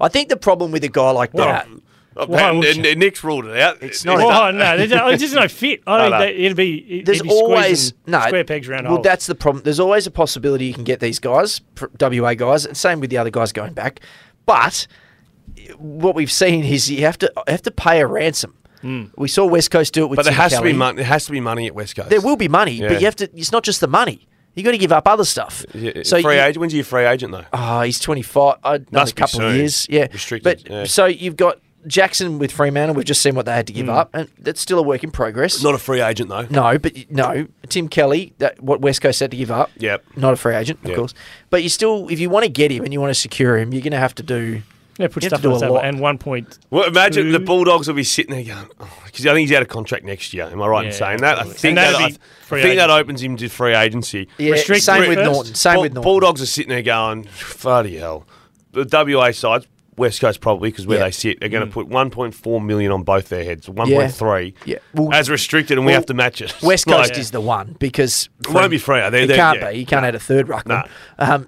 S2: I think the problem with a guy like
S1: Well,
S2: that,
S3: Oh,
S1: Why
S3: Pat-
S1: would
S3: and-
S1: you?
S3: and Nick's ruled it out. It's
S2: not-
S1: Oh, no, there's, there's just no fit. I
S3: No,
S1: don't
S3: no.
S1: think that- it'd be. It,
S2: there's
S1: it'd be squeezing
S2: always no
S1: square pegs round
S2: Well,
S1: holes.
S2: that's the problem. There's always a possibility you can get these guys, pr- WA guys, and same with the other guys going back. But what we've seen is you have to have to pay a ransom. We saw West Coast do it with.
S3: But there
S2: Tim
S3: has to
S2: Kelly.
S3: be money. There has to be money at West Coast.
S2: There will be money,
S3: Yeah.
S2: but you have to. It's not just the money. You got to give up other stuff.
S3: Yeah,
S2: so
S3: free
S2: you,
S3: agent. When's your free agent though?
S2: Ah, he's 25. Uh, another
S3: Must be
S2: couple of
S3: soon.
S2: years. Yeah.
S3: Restricted,
S2: But
S3: yeah.
S2: so you've got Jackson with Fremantle. We've just seen what they had to
S3: Mm.
S2: give up, and that's still a work in progress.
S3: Not a free agent though.
S2: no, but y- no. Tim Kelly, that what West Coast had to give up.
S3: Yep.
S2: Not a free agent, of
S3: Yep.
S2: course. But you still, if you want to get him and you want to secure him, you're going to have to do.
S1: yeah, put
S2: you have
S1: stuff
S2: to do
S1: on the
S2: a
S1: table.
S2: lot.
S1: And one point.
S3: Well, imagine
S1: Two.
S2: Mm.
S3: the Bulldogs will be sitting there going, because I think he's out of contract next year. Am I right in
S1: Yeah,
S3: saying that? I
S1: absolutely.
S3: think
S1: And
S3: that,
S1: that'd
S3: I,
S1: be
S3: I
S1: free
S3: think that
S1: agency.
S3: opens him to free agency.
S2: Yeah,
S1: Restrict
S2: same
S1: it
S2: with
S1: first.
S2: Norton. Same
S3: Bull-
S2: with Norton.
S3: Bulldogs are sitting there going, bloody hell. The WA sides, West Coast probably, because where
S2: Yeah. Mm.
S3: they sit, are going to put 1.4 million on both their heads, 1.3
S2: Yeah. Well-
S3: as restricted, and we
S2: well,
S3: have to match it.
S2: West
S3: Like,
S2: Coast is the one because it
S3: won't be free. They-
S2: it
S3: they-
S2: can't
S3: yeah.
S2: be. You can't add a third ruckman.
S3: Nah.
S2: Um,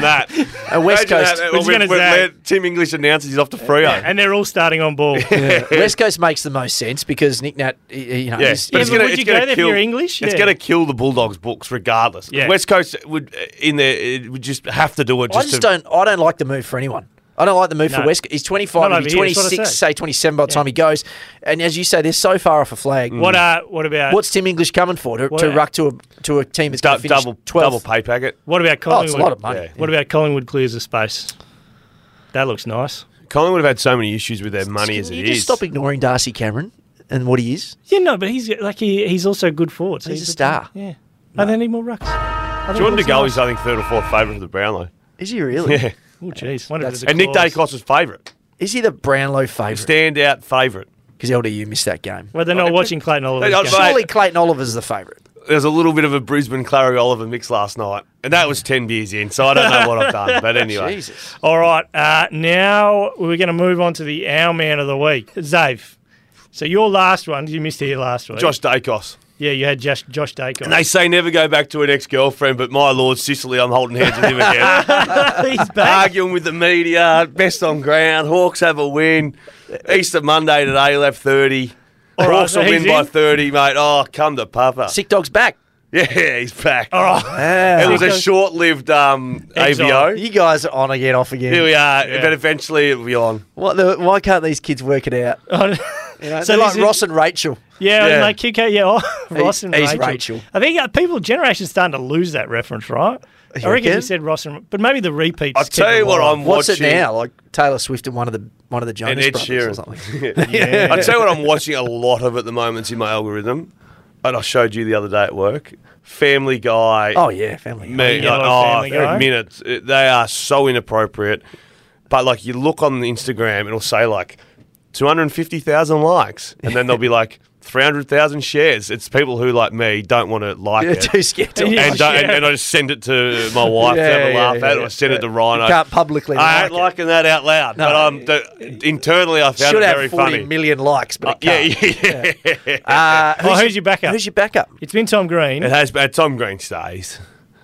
S3: that.
S2: And West
S3: Imagine
S2: Coast-
S3: that.
S1: We're just
S3: When-
S1: gonna
S3: when-
S1: say-
S3: when Tim English announces he's off to Freo.
S1: And they're all starting on ball. yeah.
S2: West Coast makes the most sense because Nick Nat, y- y- you know,
S3: Yeah,
S2: he's-
S3: but it's
S1: but
S3: gonna,
S1: would
S3: it's
S1: you
S3: gonna
S1: go there if
S3: kill,
S1: you're English?
S3: It's
S1: Yeah.
S3: going to kill the Bulldogs books regardless.
S1: Yeah.
S3: West Coast would uh, in there it would just have to do it. Just
S2: I just
S3: to,
S2: don't. I don't like the move for anyone. I don't like the move for
S1: No.
S2: West. He's twenty five.
S1: Not
S2: He'll be
S1: over here,
S2: twenty
S1: that's what I
S2: six.
S1: say.
S2: Say twenty seven by the time he goes. And as you say, they're so far off a flag.
S3: Mm.
S1: What uh, What about
S2: What's Tim English coming for to, to
S1: What-
S2: ruck to a to a team that's
S3: du-
S2: going to finish
S3: double
S2: 12th?
S3: double pay packet.
S1: What about
S2: Oh,
S1: Collingwood?
S2: it's a lot of money.
S3: Yeah.
S1: What about Collingwood clears the space? That looks nice.
S3: Collingwood have had so many issues with their money
S2: Can
S3: as it
S2: you
S3: is.
S2: just stop ignoring Darcy Cameron and what he is?
S1: Yeah, no, but he's like he, he's also good forward. So
S2: He's a star.
S1: Yeah. Are there any more rucks?
S3: Jordan DeGoey is I think third or fourth favourite of the Brownlow.
S2: Is he really?
S3: Yeah,
S1: Oh, jeez. Wonder if
S2: That's-
S1: there's a
S3: and Nick
S1: clause.
S3: Dacos was favourite,
S2: Is he the Brownlow favourite?
S3: standout favourite.
S2: Because LDU missed that game.
S1: Well, they're not
S3: Okay.
S1: watching Clayton Oliver.
S3: They
S1: this
S3: don't-
S1: game.
S3: right.
S2: Surely Clayton Oliver's the favourite.
S3: There's a little bit of a Brisbane Clary Oliver mix last night, and that was ten beers in, so I don't know what I've done. But anyway,
S2: Jesus.
S1: All right. Uh, now we're going to move on to the Our Man of the Week, Zave. So your last one, you missed here last week.
S3: Josh Dacos.
S1: Yeah, you had Josh, Josh Dacos.
S3: And they say never go back to an ex-girlfriend, but my lord, Sicily, I'm holding hands with him again.
S1: He's back.
S3: arguing with the media, best on ground. Hawks have a win. Easter Monday today, left 30.
S1: All right,
S3: Hawks
S1: so
S3: will win
S1: he's
S3: by
S1: in?
S3: 30, mate. Oh, come to Papa.
S2: Sick dog's back.
S3: Yeah, he's back.
S1: All right.
S3: It
S2: Ah,
S3: was a short lived um,
S1: Exile.
S3: AVO.
S2: you guys are on again, off
S3: Here
S2: again.
S3: we are, but eventually it'll be on.
S2: What the, why can't these kids work it out? You know,
S1: So
S2: they're like
S1: this is-
S2: Ross and Rachel.
S1: Yeah,
S3: Yeah.
S1: yeah. like QK, yeah, oh, Ross and
S2: he's
S1: Rachel.
S2: Rachel.
S1: I think uh, people, generation's starting to lose that reference, right? I reckon
S2: reckon?
S1: you said Ross and, but maybe the repeats.
S3: I'll
S1: keep
S3: tell
S1: them
S3: you what
S1: alive.
S3: I'm
S2: What's
S3: watching.
S2: it now? Like Taylor Swift and one of the one of the Jonas
S3: And Ed
S2: Brothers or something.
S3: Sheeran. yeah. I'll tell you what I'm watching a lot of at the moment in my algorithm, and I showed you the other day at work. Family Guy.
S2: Oh yeah, Family. Guy.
S3: Me,
S1: Yeah,
S3: like,
S1: like
S3: oh,
S1: Family Guy.
S3: minutes. It- They are so inappropriate. But like, you look on the Instagram, it'll say like 250,000 likes, and then there'll be like 300,000 shares. It's people who, like me, don't want to like
S2: You're
S3: it.
S2: too scared to.
S1: Yeah.
S3: And, don't, and, and I just send it to my wife
S2: Yeah,
S3: to have a
S2: yeah,
S3: laugh
S2: yeah,
S3: at,
S2: yeah.
S3: or send it to Rhino.
S2: Can't publicly.
S3: I
S2: like
S3: ain't liking that out loud, but um, the, internally I
S2: it.
S3: found
S2: Should
S3: it
S2: have
S3: very
S2: 40
S3: funny.
S2: million likes, but it
S3: yeah,
S2: can't.
S3: yeah, yeah.
S2: Uh,
S1: Oh, who's your backup?
S2: Who's your backup?
S1: It's been Tom Green.
S3: It has been Tom Green stays.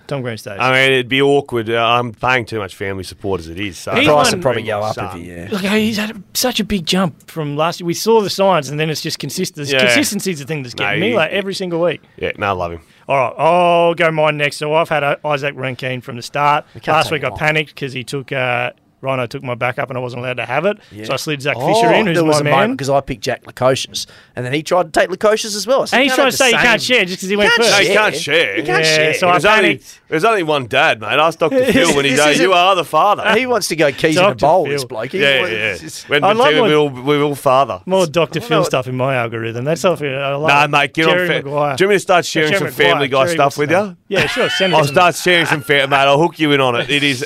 S1: Tom Green stays.
S3: I mean, it'd be awkward. Uh, I'm paying too much family support as it is. So
S1: He
S2: Price
S1: won-
S2: would probably go up
S3: Son.
S2: if you. Yeah.
S1: Look, he's had a, such a big jump from last year. We saw the signs, and then it's just consistent.
S3: Yeah.
S1: Consistency's the thing that's getting
S3: No,
S1: me
S3: you-
S1: like every single week.
S3: Yeah, no, I love him.
S1: All right, I'll go mine next. So I've had uh, Isaac Rankine from the start.
S2: can't
S1: Last
S2: take
S1: week I
S2: him off.
S1: panicked because he took uh, Rhino took my backup, and I wasn't allowed to have it. So I slid Zach Fisher in, who's
S2: Oh, there
S1: my
S2: was a
S1: man.
S2: moment because I picked Jack Lacocious, and then he tried to take Lacocious as well. So
S1: and
S2: you
S1: he's
S2: can't
S1: trying to
S2: have the
S1: say you
S2: same-
S1: can't share just because he went
S2: can't
S1: first.
S3: No, you
S2: share.
S3: can't share.
S2: You can't
S1: Yeah,
S2: share.
S1: so I
S3: there's, only,
S1: panicked.
S3: there's only one dad, mate. Ask Dr. Phil when he's
S2: This
S3: out.
S2: isn't-
S3: You are the father.
S2: he wants to go keys in
S1: Dr.
S2: a bowl.
S1: Phil.
S2: This bloke. He
S3: yeah,
S2: wants-
S3: yeah.
S2: it's-
S3: When
S1: I
S3: I
S1: love what-
S3: we're, all, we're all father.
S1: More Dr. Phil
S2: what-
S1: stuff in my algorithm. That's something I love.
S3: Nah,
S1: it.
S3: mate, get
S1: Jerry
S3: on. Fa-
S1: Maguire.
S3: Do you want me to start sharing
S1: Jerry
S3: some
S1: Maguire,
S3: Family Guy
S1: Jerry
S3: stuff with
S1: Wilson.
S3: you?
S1: Yeah, sure. Send it
S2: Oh,
S3: I'll
S1: to me.
S3: start sharing some Family Mate, I'll hook you in on it. It is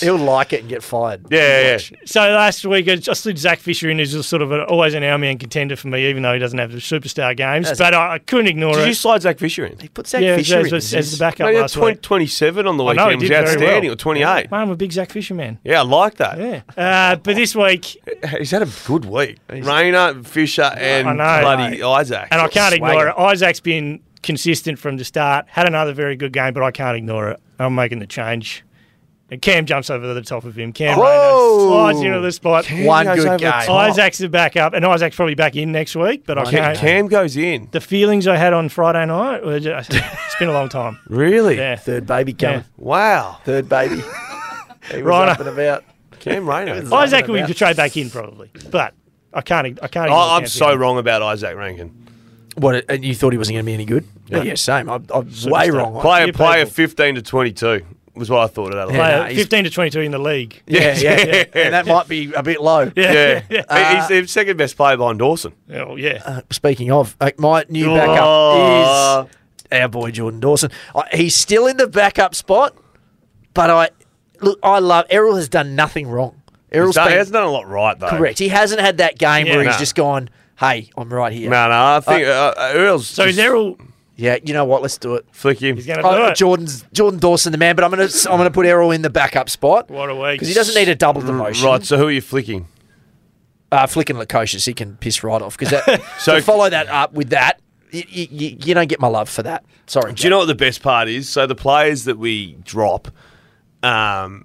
S2: He'll like it and get fired.
S3: Yeah, yeah, yeah.
S1: So last week, I just slid Zach Fisher in as a sort of an, always an our man contender for me, even though he doesn't have the superstar games.
S2: Does
S1: But I, I couldn't ignore
S3: Did you
S1: it.
S3: slide Zach Fisher in?
S2: He put Zach
S1: yeah,
S2: Fisher
S1: as,
S2: in.
S1: as, as the backup
S3: No, he had
S1: last week.
S3: 20, 27 on the
S1: I know
S3: weekend.
S1: he
S3: It was
S1: did very
S3: outstanding.
S1: well.
S3: Or 28.
S1: Man, I'm a big Zach Fisher man.
S3: Yeah, I like that.
S1: Yeah. Uh, but this week,
S3: He's had a good week. Rayner, Fisher, and
S1: I know.
S3: bloody Isaac.
S1: and I can't ignore
S2: Swagger.
S1: it, Isaac's been consistent from the start. Had another very good game, but I can't ignore it. I'm making the change. And Cam jumps over the top of him. Cam Rayner
S2: Whoa.
S1: slides into the spot.
S2: One
S3: goes
S2: good
S3: over
S2: game.
S3: the top.
S1: Isaac's the back up, and Isaac's probably back in next week. But I
S3: Cam,
S1: can't.
S3: Cam goes in.
S1: The feelings I had on Friday night were just, it's been a long time.
S3: Really?
S1: Yeah.
S2: Third baby coming.
S1: Yeah.
S3: Wow.
S2: Third baby. he was
S1: Rhino.
S2: up and about.
S3: Cam Rayner.
S1: Isaac will be trade back in probably, but I can't. I can't.
S3: I, Oh, I'm
S1: Cam's
S3: so
S1: in.
S3: wrong about Isaac Rankin.
S2: What? And you thought he wasn't going to be any good? Yeah, yeah same. I'm, I'm way wrong.
S3: Player,
S1: You
S3: player
S1: people.
S3: 15 to 22 was what I thought of that.
S2: Yeah.
S3: Yeah.
S1: Player
S2: nah, he's-
S1: 15 to 22 in the league.
S2: Yeah, yeah, yeah. And that might be a bit low.
S3: yeah. He- he's the second best player behind Dawson.
S1: Oh yeah.
S2: Uh, speaking of, uh, my new
S3: Oh.
S2: backup is our boy Jordan Dawson. I, he's still in the backup spot, but I look. I love Errol has done nothing wrong. Errol's
S3: He's done, he
S2: been
S3: hasn't done a lot right, though.
S2: correct. He hasn't had that game
S1: Yeah.
S2: where he's
S3: No.
S2: just gone. Hey, I'm right here.
S3: No, no, I think uh, uh, Earl's
S1: So is Errol?
S2: Yeah, you know what? Let's do it.
S3: flick him.
S1: He's going to do
S2: Oh,
S1: it.
S2: Jordan's Jordan Dawson, the man. But I'm gonna I'm gonna put Errol in the backup spot.
S1: What a week.
S2: Because he doesn't need a double demotion.
S3: Right, so who are you flicking?
S2: uh, flicking Lacocious, he can piss right off. Because so
S3: So-
S2: to follow that up with that, you, you, you don't get my love for that. Sorry.
S3: Do you know what the best part is? So the players that we drop, um,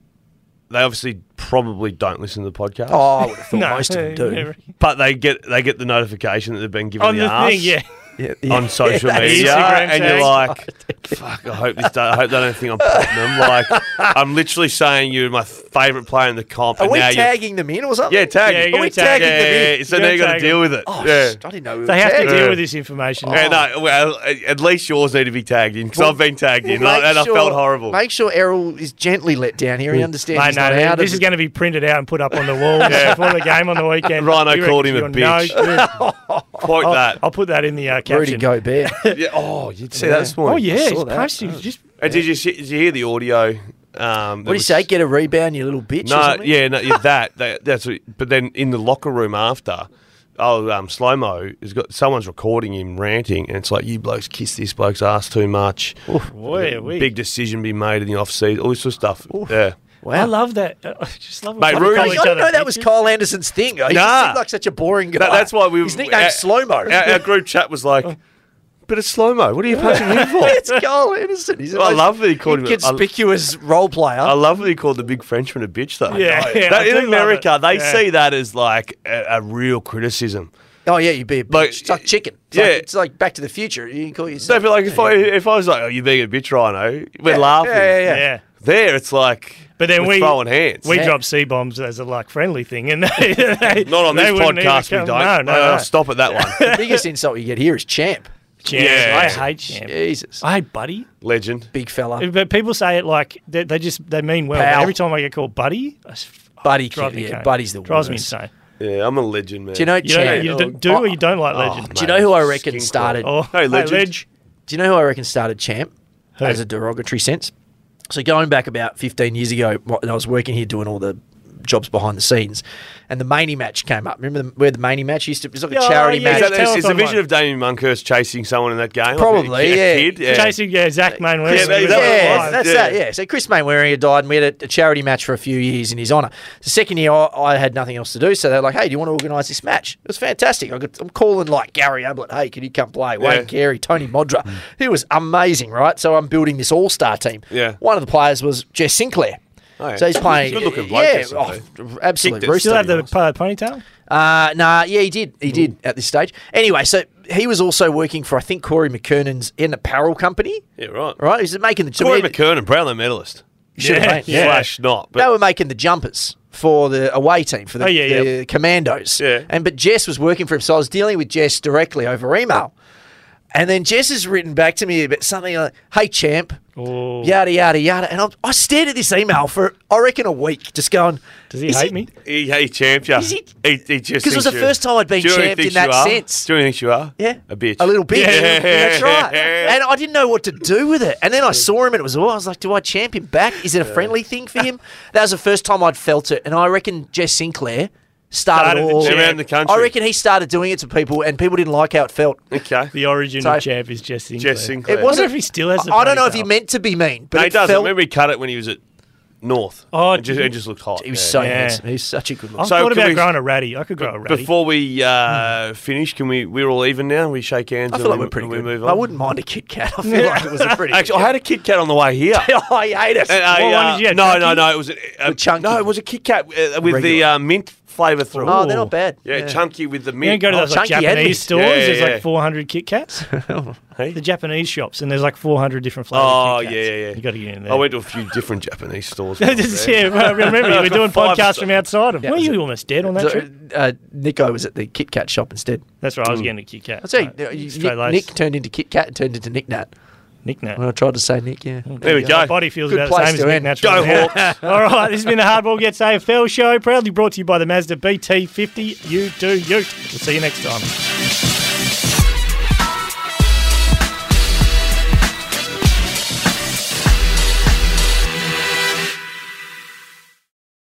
S3: they obviously probably don't listen to the podcast,
S2: Oh, I would have thought
S1: No,
S2: most of them do.
S1: never.
S3: but they get they get the notification that they've been given
S1: On the
S3: arse
S1: thing, yeah.
S3: on social
S2: Yeah, that's
S3: media,
S1: Instagram
S3: and you're
S1: tag.
S3: like, "Fuck! I hope this. do- I hope they don't think I'm putting them." Like, I'm literally saying you're my favourite player in the comp,
S2: Are
S3: and
S2: we
S3: Oh, now you're
S2: tagging them in or something?
S3: yeah, tag.
S1: Yeah,
S3: it.
S1: you're
S3: Are we
S1: gonna tag
S3: tagging
S1: it.
S3: them
S1: Yeah,
S3: in?
S1: yeah,
S3: So
S1: you're
S3: now you got
S1: gonna
S3: to
S1: tag
S3: deal with it.
S2: Oh,
S3: yeah.
S2: sh- I didn't know. we
S1: They
S2: were
S1: have to
S2: tagging.
S1: deal
S3: Yeah.
S1: with this information.
S2: Oh,
S3: Yeah, no, well, a- at least yours need to be tagged in because I've been tagged in,
S2: Well,
S3: and I- and I
S2: make
S3: felt
S2: sure-
S3: horrible.
S2: Make sure Errol is gently let down here. He understands
S1: Mate,
S2: he's not
S1: no,
S2: out
S1: this
S2: of
S1: is going to be printed out and put up on the wall before the game on the weekend.
S3: Rhino
S1: You
S3: called
S1: reckon
S3: him a
S1: you're
S3: bitch.
S1: No, good.
S2: Oh,
S3: Quote that.
S1: I'll put that in the uh,
S2: Rudy
S1: caption.
S2: Gobert.
S3: Yeah, oh, you'd see that this morning.
S1: Oh yeah,
S2: saw
S1: he's
S2: that.
S1: posted. he's Just
S3: And did you see- did you hear the audio? Um,
S2: what do you say? Get a rebound, you little bitch. or
S3: No,
S2: something?
S3: yeah, no, yeah, that, that that's. What, but then in the locker room after, oh, um, slow mo has got someone's recording him ranting, and it's like you blokes kiss this bloke's ass too much.
S1: boy, we-
S3: Big decision be made in the off season, all this sort of stuff. Yeah.
S1: I
S2: Wow.
S1: love that. I just love. when
S3: Mate,
S1: people
S3: Rudy-
S1: call
S2: I
S1: each
S2: didn't know
S1: other
S2: that was
S1: bitches.
S2: Kyle Anderson's thing. He just
S3: Nah.
S2: seemed like such a boring guy.
S3: That- that's why we.
S2: His nickname's
S3: our-
S2: Slow Mo.
S3: Our, our group chat was like, "Bit of slow mo. What are you punching him for?"
S2: it's Kyle Anderson. He's the
S3: I
S2: most
S3: love that he called him. I,
S2: conspicuous role player.
S3: I love that he called the big Frenchman a bitch, though.
S1: Yeah,
S3: That-
S1: yeah, I do
S3: in
S1: love
S3: America,
S1: it.
S3: they
S1: Yeah.
S3: see that as like a, a real criticism.
S2: oh yeah, you'd be a bitch.
S3: Like,
S2: it's like chicken. It's
S3: yeah.
S2: like, it's like Back to the Future. You can call
S3: So I
S2: yourself.
S3: feel like if I if I was like, "Oh, you're being a bitch, Rhino," we're
S2: Yeah,
S3: laughing.
S2: yeah, yeah,
S1: Yeah.
S3: There, it's like,
S1: But then
S3: we're
S1: we-
S3: throwing hands.
S1: We
S2: Yeah.
S1: drop C bombs as a like friendly thing, and they, they-
S3: not on
S1: they
S3: this
S1: wouldn't even
S3: podcast. We
S1: come-
S3: don't.
S1: No, no,
S3: I'll
S1: no.
S3: Uh, stop at that one.
S2: the biggest insult you get here is champ.
S1: Champ.
S3: Yeah.
S1: I hate champ.
S2: Jesus,
S1: I hate buddy.
S3: Legend.
S2: big fella,
S1: But people say it like they, they just they mean well.
S2: Pal.
S1: But every time I get called buddy, I s-
S2: buddy.
S1: drive
S2: Kid,
S1: me
S2: yeah,
S1: insane.
S2: buddy's the
S1: drives me
S2: worst.
S1: insane.
S3: Yeah, I'm a legend, man.
S2: Do you know
S1: You, don't,
S2: champ?
S1: you d- do or you don't like legend.
S2: Do you know who I reckon
S3: Skin crawl.
S2: started?
S1: Oh,
S3: Hey, legend.
S2: Do you know who I reckon started champ
S1: Who?
S2: as a derogatory sense? So going back about 15 years ago, wh- when I was working here doing all the jobs behind the scenes, and the Maney match came up. Remember the, where the Maney match used to? It was like a
S1: Yeah,
S2: charity
S1: yeah,
S2: match.
S3: Is, that,
S1: Tell
S3: is,
S1: us
S3: is the
S1: on
S3: vision
S1: one.
S3: of Damien Munkhurst chasing someone in that game?
S2: Probably,
S3: A
S2: Oh, yeah.
S3: kid,
S1: Chasing, yeah, Zach Manuel.
S3: Yeah, that- that was
S2: yeah,
S3: live.
S2: that's
S3: Yeah.
S2: that. Yeah. So Chris Mainwaring died, and we had a, a charity match for a few years in his honour. The second year, I, I had nothing else to do, so they're like, "Hey, do you want to organise this match?" It was fantastic. I got, I'm calling like Gary Ablett, "Hey, can you come play?"
S3: Yeah. Mm.
S2: Wayne Carey, Tony Modra. It was amazing, right? So I'm building this all star team.
S3: Yeah.
S2: One of the players was Jess Sinclair.
S3: Oh, yeah.
S2: So he's playing.
S3: Good looking bloke,
S2: yeah,
S3: Jess
S2: oh,
S3: Sinclair. Kicked
S2: absolute
S3: it.
S2: rooster.
S1: Still have the uh, ponytail.
S2: Uh, nah, yeah, he did.
S3: Mm.
S2: He did at this stage. Anyway, so he was also working for, I think, Corey McKernan's in apparel company.
S3: Yeah, right.
S2: Right? He's making the
S3: Corey
S2: we-
S3: McKernan, Brownlow medalist.
S2: Should have,
S1: Yeah,
S2: mate.
S1: yeah.
S3: Slash not.
S2: they
S3: But
S2: were making the jumpers for the away team for the,
S1: Oh, yeah,
S2: the commandos.
S3: Yeah.
S2: And but Jess was working for him, so I was dealing with Jess directly over email. And then Jess has written back to me about something like, "Hey champ,
S1: Ooh.
S2: yada yada yada," and I'm, I stared at this email for I reckon a week, just going,
S1: Does he
S2: "Is
S1: hate me?
S3: he, he champed you.
S2: Is he-
S3: He, he just
S2: 'Cause it was
S3: thinks
S2: the
S3: you-
S2: first time I'd been
S3: Do you know who he
S2: champed in
S3: thinks
S2: that
S3: you are?
S2: sense.
S3: Do you know who he thinks you are?
S2: Yeah,
S3: A bitch.
S2: a little bitch."
S3: Yeah.
S2: That's right. And I didn't know what to do with it. And then I saw him, and it was, oh, I was like, "Do I champ him back? Is it a friendly thing for him?" That was the first time I'd felt it, and I reckon Jess Sinclair. Started,
S1: Started the
S2: all
S1: champ.
S3: Around the country.
S2: I reckon he started doing it to people, and people didn't like how it felt.
S3: Okay.
S1: The origin
S2: So-
S1: of champ is Jess Sinclair.
S3: Jess Sinclair.
S2: It wasn't.
S1: if he still has the
S2: I I don't know if he
S1: ponytail.
S2: meant to be mean, but
S3: No, he
S2: it
S3: doesn't.
S2: felt.
S3: Remember, he cut it when he was at north.
S1: Oh,
S3: it just,
S1: gee.
S3: it just looked hot.
S2: He was
S3: Yeah.
S2: so
S1: Yeah.
S2: handsome. He's such a good
S1: I've
S2: looking.
S3: So
S1: thought
S3: can
S1: about
S3: we-
S1: growing a ratty. I could grow a ratty.
S3: Before we uh, finish, can we? We're all even now. We shake hands.
S2: I feel
S3: and
S2: like
S3: we-
S2: we're pretty
S3: and we
S2: good.
S3: move on.
S2: I wouldn't mind a Kit Kat. I feel like it was a pretty.
S3: Actually, I had a Kit Kat on the way here.
S2: I hate it.
S3: And I,
S1: What one
S3: uh,
S1: did you have,
S3: No,
S1: chunky?
S3: no, no. It was a, a,
S2: The chunky.
S3: No, it was a Kit Kat uh, with the
S2: Regular.
S3: uh, mint flavour through.
S2: oh,
S3: it.
S2: they're not bad.
S3: Yeah, chunky with the
S1: You don't
S3: mint.
S1: go to
S2: Oh,
S1: those like
S2: chunky had me.
S1: Japanese stores.
S3: Yeah, yeah,
S1: there's
S3: yeah.
S1: like 400 Kit Kats. the Japanese shops, and there's like 400 different flavors.
S3: Oh,
S1: Kit Kats.
S3: yeah, yeah, yeah.
S1: You got to get
S2: Oh,
S1: in there.
S3: I went to a few different Japanese stores. when I was
S1: Just-
S3: there.
S1: yeah, well, remember you were doing
S3: Five
S1: podcasts
S3: star.
S1: from outside of.
S2: Yeah,
S1: Were
S2: was
S1: you
S2: it-
S1: almost dead on that
S2: So,
S1: trip?
S2: uh, Nico was at the Kit Kat shop instead.
S1: That's right. I was getting a Kit Kat.
S2: I say
S1: Right.
S2: uh, you-
S1: Straight
S2: Nick,
S1: laced.
S2: Nick turned into Kit Kat and turned into Nick Nat.
S1: Nick Nat.
S2: When I tried to say Nick, yeah.
S3: There we
S1: My
S3: go.
S1: body feels
S2: Good
S1: about the
S2: place
S1: same as
S2: to
S1: Nick
S2: end.
S1: Natural.
S3: Go
S1: Yeah. All right, this has been the Hardball Gets AFL show, proudly brought to you by the Mazda BT50. You do you. We'll see you next time.